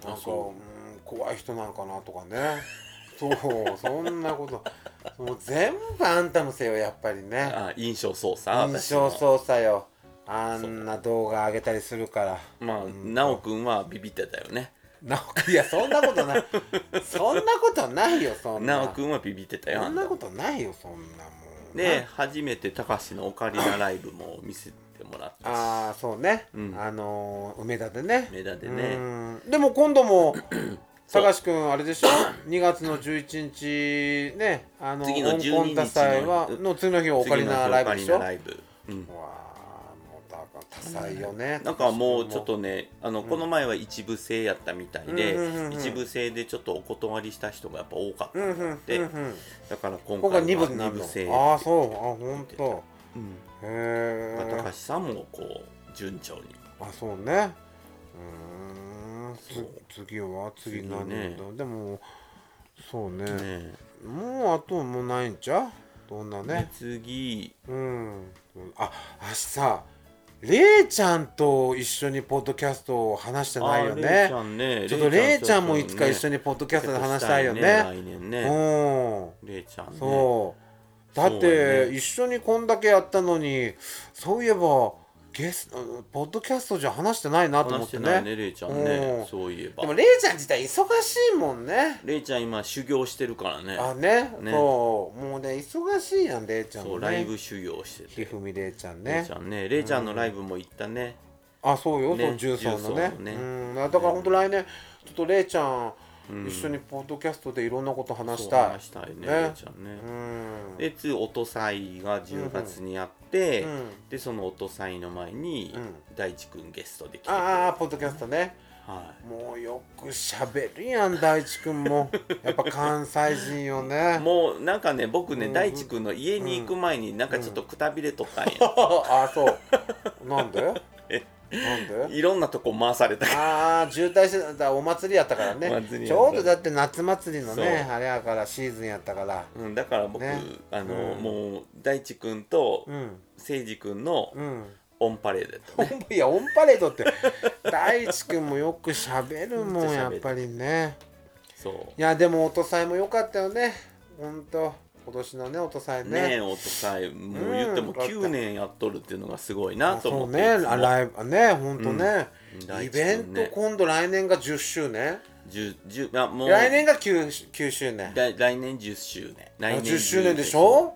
なん
あ
か
そ
うん怖い人なんかなとかねそうそんなこと *laughs* もう全部あんたのせいよやっぱりね
あ印象操作
印象
う
操作よあんな動画上げたりするから
まあ奈くんはビビってたよね
なおくんいやそんなこ
*laughs*
とないそんなことないよそんな
奈くんはビビってたよ
そんな
あんた
ことないよそんなもん
で初めてたかしのオカリナライブも見せてもらったし
ああそうね、
うん
あのー梅田でね
梅田で
う
ね
んでも今
*clears throat*
度も
そう
高橋君あれでしょ2月の11日ねあの
次の12日の
オンコンタ祭はの次の日はオカリナライブでしょ
次の日オカリナラ
わ
イブうん
あもうだから多彩よね
なんかもうちょっとねあのこの前は一部制やったみたいで、
うんうんうんうん
一部制でちょっとお断りした人がやっぱ多かった
うんう
ん
んう
だ
ん
って、
うん
だから今
今
回は
回2部になる
二
の
部制
ああそうあ本当
うん
へ
高橋
え
さんもこう順調に
あそうねうーん
そう
つ次は次
次
何だ、
ね
でもそうね
ね
もうあともうないんちゃうどんなね
で次
うんあ私されいちゃんと一緒にポッドキャストを話してないよ
あれい
ね
ちゃんね
ちょっとれいちゃんもいつか一緒
に
にポッドキャストで話したいよね
来年
う
ね
ん
れいちゃんね
そうだっ
そうだ
て
ね
一緒にこんだけやったのにそういえばゲスあのポッドキャストじゃ話してないなと思
話
っ
しててない
ね
ねれいちゃん
うん
ねそういえば
でもれいちゃん自体忙しいもんね
れいちゃん今修行してるからね
あね
ね
そうもうね忙しいやんれいちゃん
そ
も
うライ
ね
ブ修行して
ひ
て
ふみれいちゃん
れ
ね
いちゃんねれいちゃんのライブも行ったね
あそうよ、
ね
その重曹
重
のね
曹のね
うんだから本当来年ちょっとれいちゃん、一緒にポッドキャストでいろんなこと
そう
話したい
話したいね
ね
れいちゃんね
うん
で次音祭が10月にあって、
うんうん
でその音祭の前に、
うん
大地くんゲストで来てくれて
ああポッドキャストね
は
もうよくしゃべるやん大地
*laughs*
君もやっぱ関西人よ
い、
ね
もうなんかね僕ね、大地くんの家に行く前になんかちょっとくたびれとったんや、
ああそうなんでなん
*laughs*
で
いろんなとこ回されたから
ああ渋滞してただからお祭りやったからね
お祭りやっ
ち
た
ょうどだって夏祭りのね
そ
あれやからシーズンやったから
うん、だから僕、
ね
あの、
うん
もう大地くんと
うん
誠司くんの
うん
オンパレードと、
オンいやオンパレードって大地君もよくしゃべるも
めっち
ん
ゃ
や
喋
っ
る
ぱりね
そう
いやでも音祭も良かったよねほんと今年のね音祭ね
ねえ音祭もう言って
うん
も9年やっとるっていうのがすごいな
あ
と
そ
思
う
って
ね
いつも
あライブあねほんとね、
うん大
イ
地君
ベ
ね
ント今度来年が10周年
10 10あもう
来年が 9, 9周年
だ来年10周年来
あ
年
10周年でしょ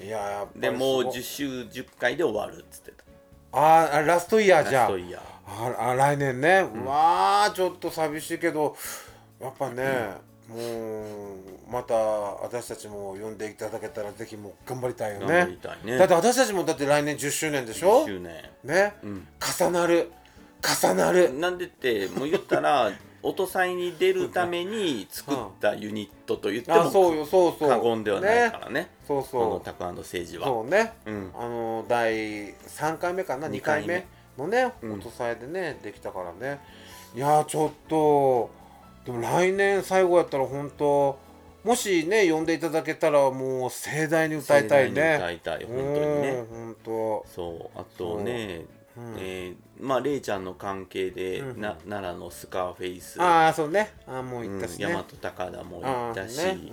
いややっぱり
でもう10
周
周10回で終わるっつって
ああラストイヤー
た
じ
ラ
ゃ
ス
あ
トイヤー
ああ来年ね、うわあちょっと寂しいけどやっぱね、もうまた私たちも呼んでいただけたらぜひもう頑張りたいよ
頑張り
ね
たいね
だって私たちもだって来年10周年でし
10
ょ
周年
ね、
ん
重なる重なる
なんでってもう言ったら *laughs* 音祭に出るために作ったユニットと言って
あ
も
そうよそうそう
過言ではないか
ね
らね
そう
この
そ
タクアンド政治
う
は
そうね、
うん
あの第3回目かな2
二
回
回
目
目
のね音さえでね、できたからねいやーちょっとでも来年最後やったら本当もしね呼んでいただけたらもう盛大に歌いた
盛大
い
に
ね
歌いたい本当にね
うん本
そうあとね
当、うん
えーまあレイちゃんの関係で、
うん
な奈良のスカーフェイス、
ああそうねあーもう
う
行
ん、
っ
大
たしね、あ
和高田も行
あ
ったし、
ーね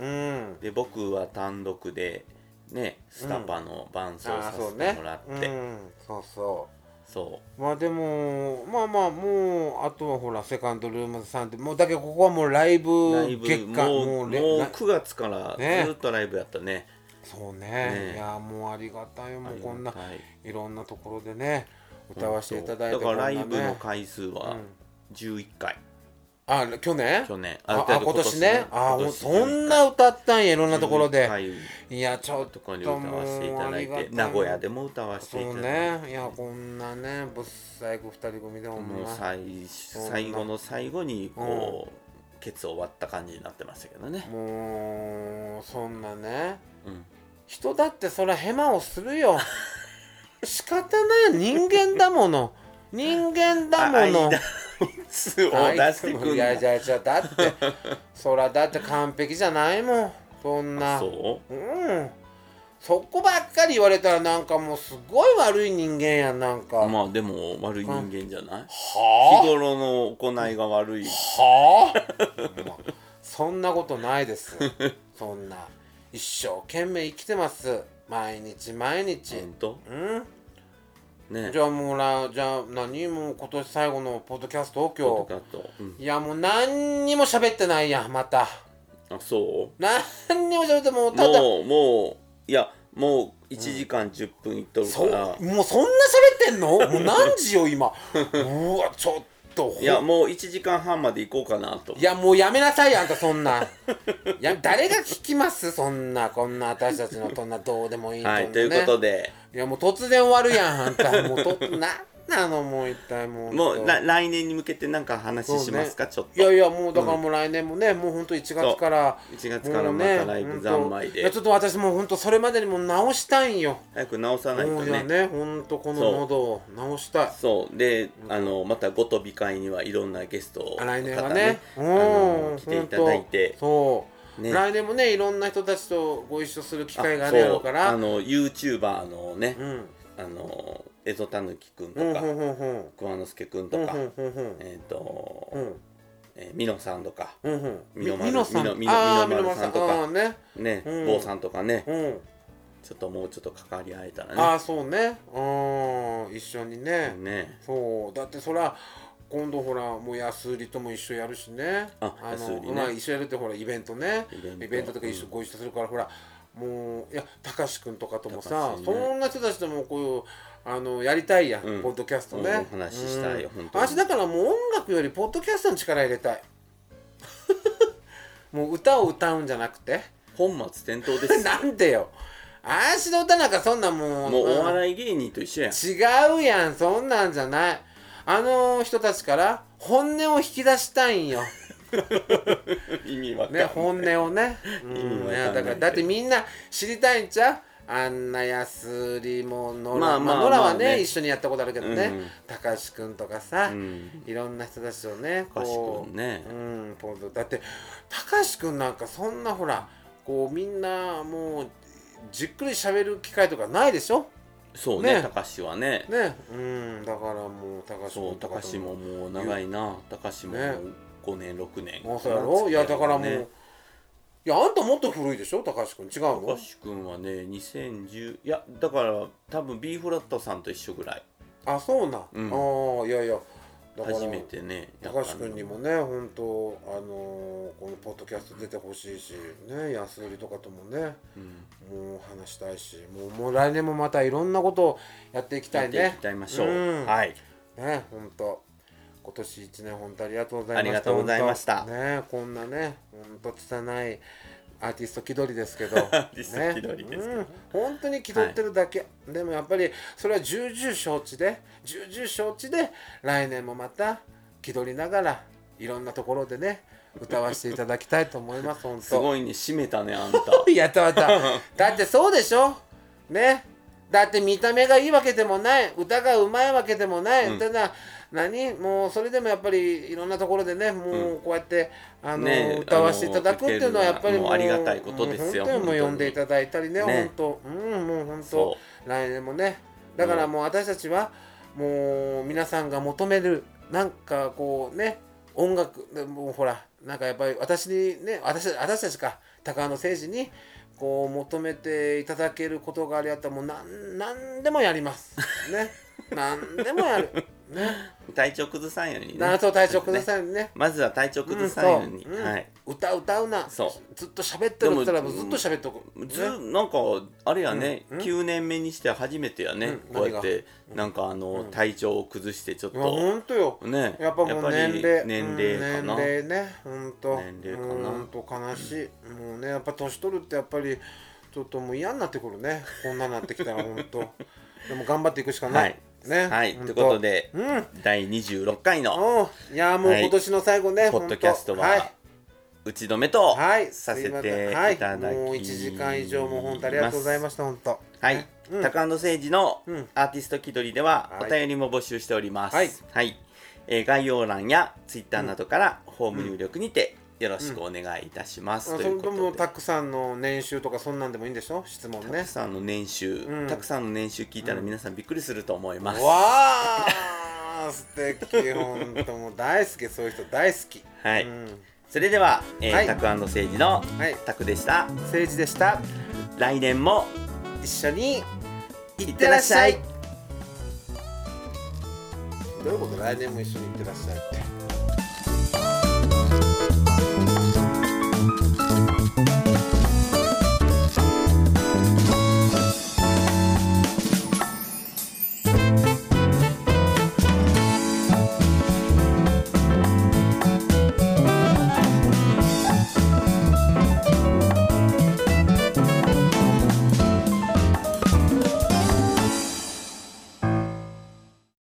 うん
で僕は単独でねスタパの伴奏
あ
さ
ー
せ
そう
て
ね
もらって、
うんそうそう
そ
まあでもまあまあもうあとはほらセカンドルームさんってもうだけどここはもうラ
う
イ
ラ
ブ
イブ
月間
もう
も
も
う
う
れな
9月から
ね
ずっとライブやったね
そうね
ね
いやもうありがたいよもうこんな
ありがたい
いろんなところでね歌わせていただい
そ
て
うだからライ
こん
ブ
なね
の回数は11回、
あ去年
去年
ああ今年ね
今
あもう
年
そんな歌ったんやいろんなところ
11
で
回
いやちょっ
と
と
こ
も
ろで歌わせていた
うあ
だ
り
い
がた
て
い
名古屋でも歌わせ
そ
ていただ
う
いて
ねいやこんなねぶっ最後二人組でほん
もう
ま
最
んな
最後の最後にこう、ケツ終わった感じになってましたけどね、
もうそんなね
うん、
人だってそりゃヘマをす
*laughs*
るよ仕方ない人間だもの人間だも *laughs* の
あつを出してくん
いやい
だ
やいやだってそりゃだって完璧じゃないもんそんな
そ
うんそこばっかり言われたらなんかもうすごい悪い人間やんなんか、
うまあでも悪い人間じゃない、日
は
頃の行いが悪い、
あはあもう *laughs* そんなことないですそんな一生懸命生きてます毎日毎日
本当
うん
ね
じゃあもうらじゃあ何もう今年最後のポッドキャスト
ポッ
今
ドキャストうん
日いやもう何にも喋ってないやんまた
あそ
何にも喋ってもう
う
ただ
もうもういやもう1時間10分いっとるか
そう
ら、
もうそんな喋ってんのもう何時よ
*laughs*
今うわちょっとほ
いやもう1時間半まで行こうかなと
いやもうやめなさいよあんたそんなや誰が聞きますそんなこんな私たちのそんなどうでもいい
はい、
そん
と
な
いう
ね
ことで
いやもう突然終わるやんあんたもうとなんなのもう一体もう
もうな来年に向けて何か話しますか、ちょっ
いや
と
いやもうだからもう来年もね、もうほんと1月から
1月からまたライブ三昧
い
で、
やちょっと私もうほんとそれまでにもう直したいんよ
早く直さない
も
と
ういや
ね
ねほんとこの喉を直したい
そうであのまたごとび会にはいろんなゲストの方
来年は
ね
ね
あ
う
の
ん
来ていただいて
そう、
ね
来年もねいろんな人たちとご一緒する機
あ
会があるやろう
そ
か
う
ら
あの YouTuber のね、
うん
あのエゾタヌキくん
ほ
と
ん
か、
ほんほんほん
桑之助くん
ほ
と
ん
か、
ほんほんほん
えっ、と、
うん
えー、ミノさんとか
うんうん
みのまる
みのさん
みのみの
あー
みのまるさんとか
みのまるあーね
ね、
うん
坊さんとかね、
うん
ちょっともうちょっと関わり合えたらね
ああそうねうん一緒にね、
ね
そうだってそら今度ほらもう安売りとも一緒やるしね
あ安売りね
まあ一緒やるってほらイベントね
イベント
とか一緒、ご一緒するからほらもういやたかしくんとかとも
た
さ、
かしね
そんな人たちともこうあのやりたいやん、
うん
ポッドキャストね、
うんお話ししたいよ本当に
私だからもう音楽よりポッドキャストに力入れたい *laughs* もう歌を歌うんじゃなくて
本末転倒です
*laughs* なんでよあーしの歌なんかそんなもう
もうお
ん
笑い芸人と一緒やん
違うやんそんなんじゃないあの人たちから本音を引き出したいんよ、
意味わかんな *laughs*
ね、
い
本音をね
意味
う
わかん
ん
ない
いやだからだってみんな知りたいんちゃうあんな安売りもノラ、
ま
ま
あ
あ
まあ
ノラは
まあ
ね
ね
一緒にやったことあるけど
う
ね
ん
たかしくんとかさ、
うん
いろんな人たちをね
たかし
こ
くん
う
ね
うんポーズだってたかしくんなんかそんなほらこうみんなもうじっくり喋る機会とかないでしょ
そうね
ね
たかしはね
ねうんだからもうたかし
そう
君
た
と
か
か
し
と
ももう長いなたかしもも
ね
う5年6年
あそうやろいやだからもう、
ね
いやあんたもっと古いでしょ高橋君違う
たか
の
しくんはね2010いやだから多分 B フラットさんと一緒ぐらい
あそうなん、
うん
ああいやいやだから
初めてねやった
高
の
橋君にもね本当あのーこのポッドキャスト出てほしいしね安売りとかともね
うん
もう話したいしもうもう来年もまたいろんなことをやっていきた
や
い
っ
ね
ていきたいましょう、
ん
はい
ね本当今年一年本当ありがとうございました
ありがとうございました
本当ねこんなね本当拙いアーティスト気取りですけ
*laughs*
ど
ーティスト気取りですけど
ねうん、本当に気取ってるだけ、でもやっぱりそれは重々承知で重々承知で来年もまた気取りながらいろんなところでね歌わせていただきたいと思います本当
すごいね締めたね
*laughs*
あんた
やったやった。
*laughs*
だってそうでしょね。だって見た目がいいわけでもない、歌がうまいわけでもない、
うん
ただ、何もうそれでもやっぱりいろんなところでね、もうこうやって、あの
ねえ
歌わせていただくっていうのは
あ
や
の
っぱり
もうありがたいことですよ
うん本当にもう
本当に
呼んでいただいたり
ね
ね、本当、うん、もう本
そ
当、来年もね、だからもう私たちは、もう皆さんが求める、なんかこうね、音楽でもうほらなんかやっぱり私にね私私たちか高野誠司にこう求めていただけることがあれやったらもうなんなんでもやります
*laughs*
ねなんでもやるね
体調崩さんようにね
七つを体調崩さんね
まずは体調崩さんように、
うんそううん
はい
歌歌うな
そう
ずっと喋ってるって言ったら
で
も
も
うずっと喋っとく、
ず
ね
なんかあれやね、
うんうん
9年目にして初めてやね、
うん
こうやって
何が
なんかあの、
うん
体調を崩してちょっ
いや
と、
ほんとよ
ね
やっぱもう年
やっぱ
齢
り年齢かな、
うん年齢ね本当
年齢かな
本当悲しいもうねやっぱ年取るってやっぱりちょっともう嫌になってくるねこんなになってきたら本当 *laughs* でも頑張っていくしかない、
はい
ね
はい
ほん
ということで
うん
第26回の
おういやもう
はい
今年の最後ね、
ポ
ほん
ッ
と
ドキャストは、
はい
打ち止めと
はい、
させてい
すま
ただ
せん
きます、
はい、もう1時間以上も本当ありがとうございました本当
はい、
うん
タカアンドセイジの
うん
アーティスト気取りでは
は
お
い
便りも募集しております。
はい
えー概要欄やツイッターなどからホーム入力にてよろしくお願いいたします。
あそ
という
れ
ことと
も
で、
たくさんの年収とかそんなんでもいいんでしょ質問
た
ね
くさんの年収、
うん
たくさんの年収聞いたら皆さんびっくりすると思います。は
わあ素敵本当もう大好きそういう人大好き
い、
うん
それでは、えー
はい
タクアンドセイジの
はい
タクでした。
政治でした
来年も
一緒
い
にい
っ
ってて
ら
ら
っ
っ
し
し
ゃ
ゃ
い
い。どういうこと来年も一緒にいってらっしゃいって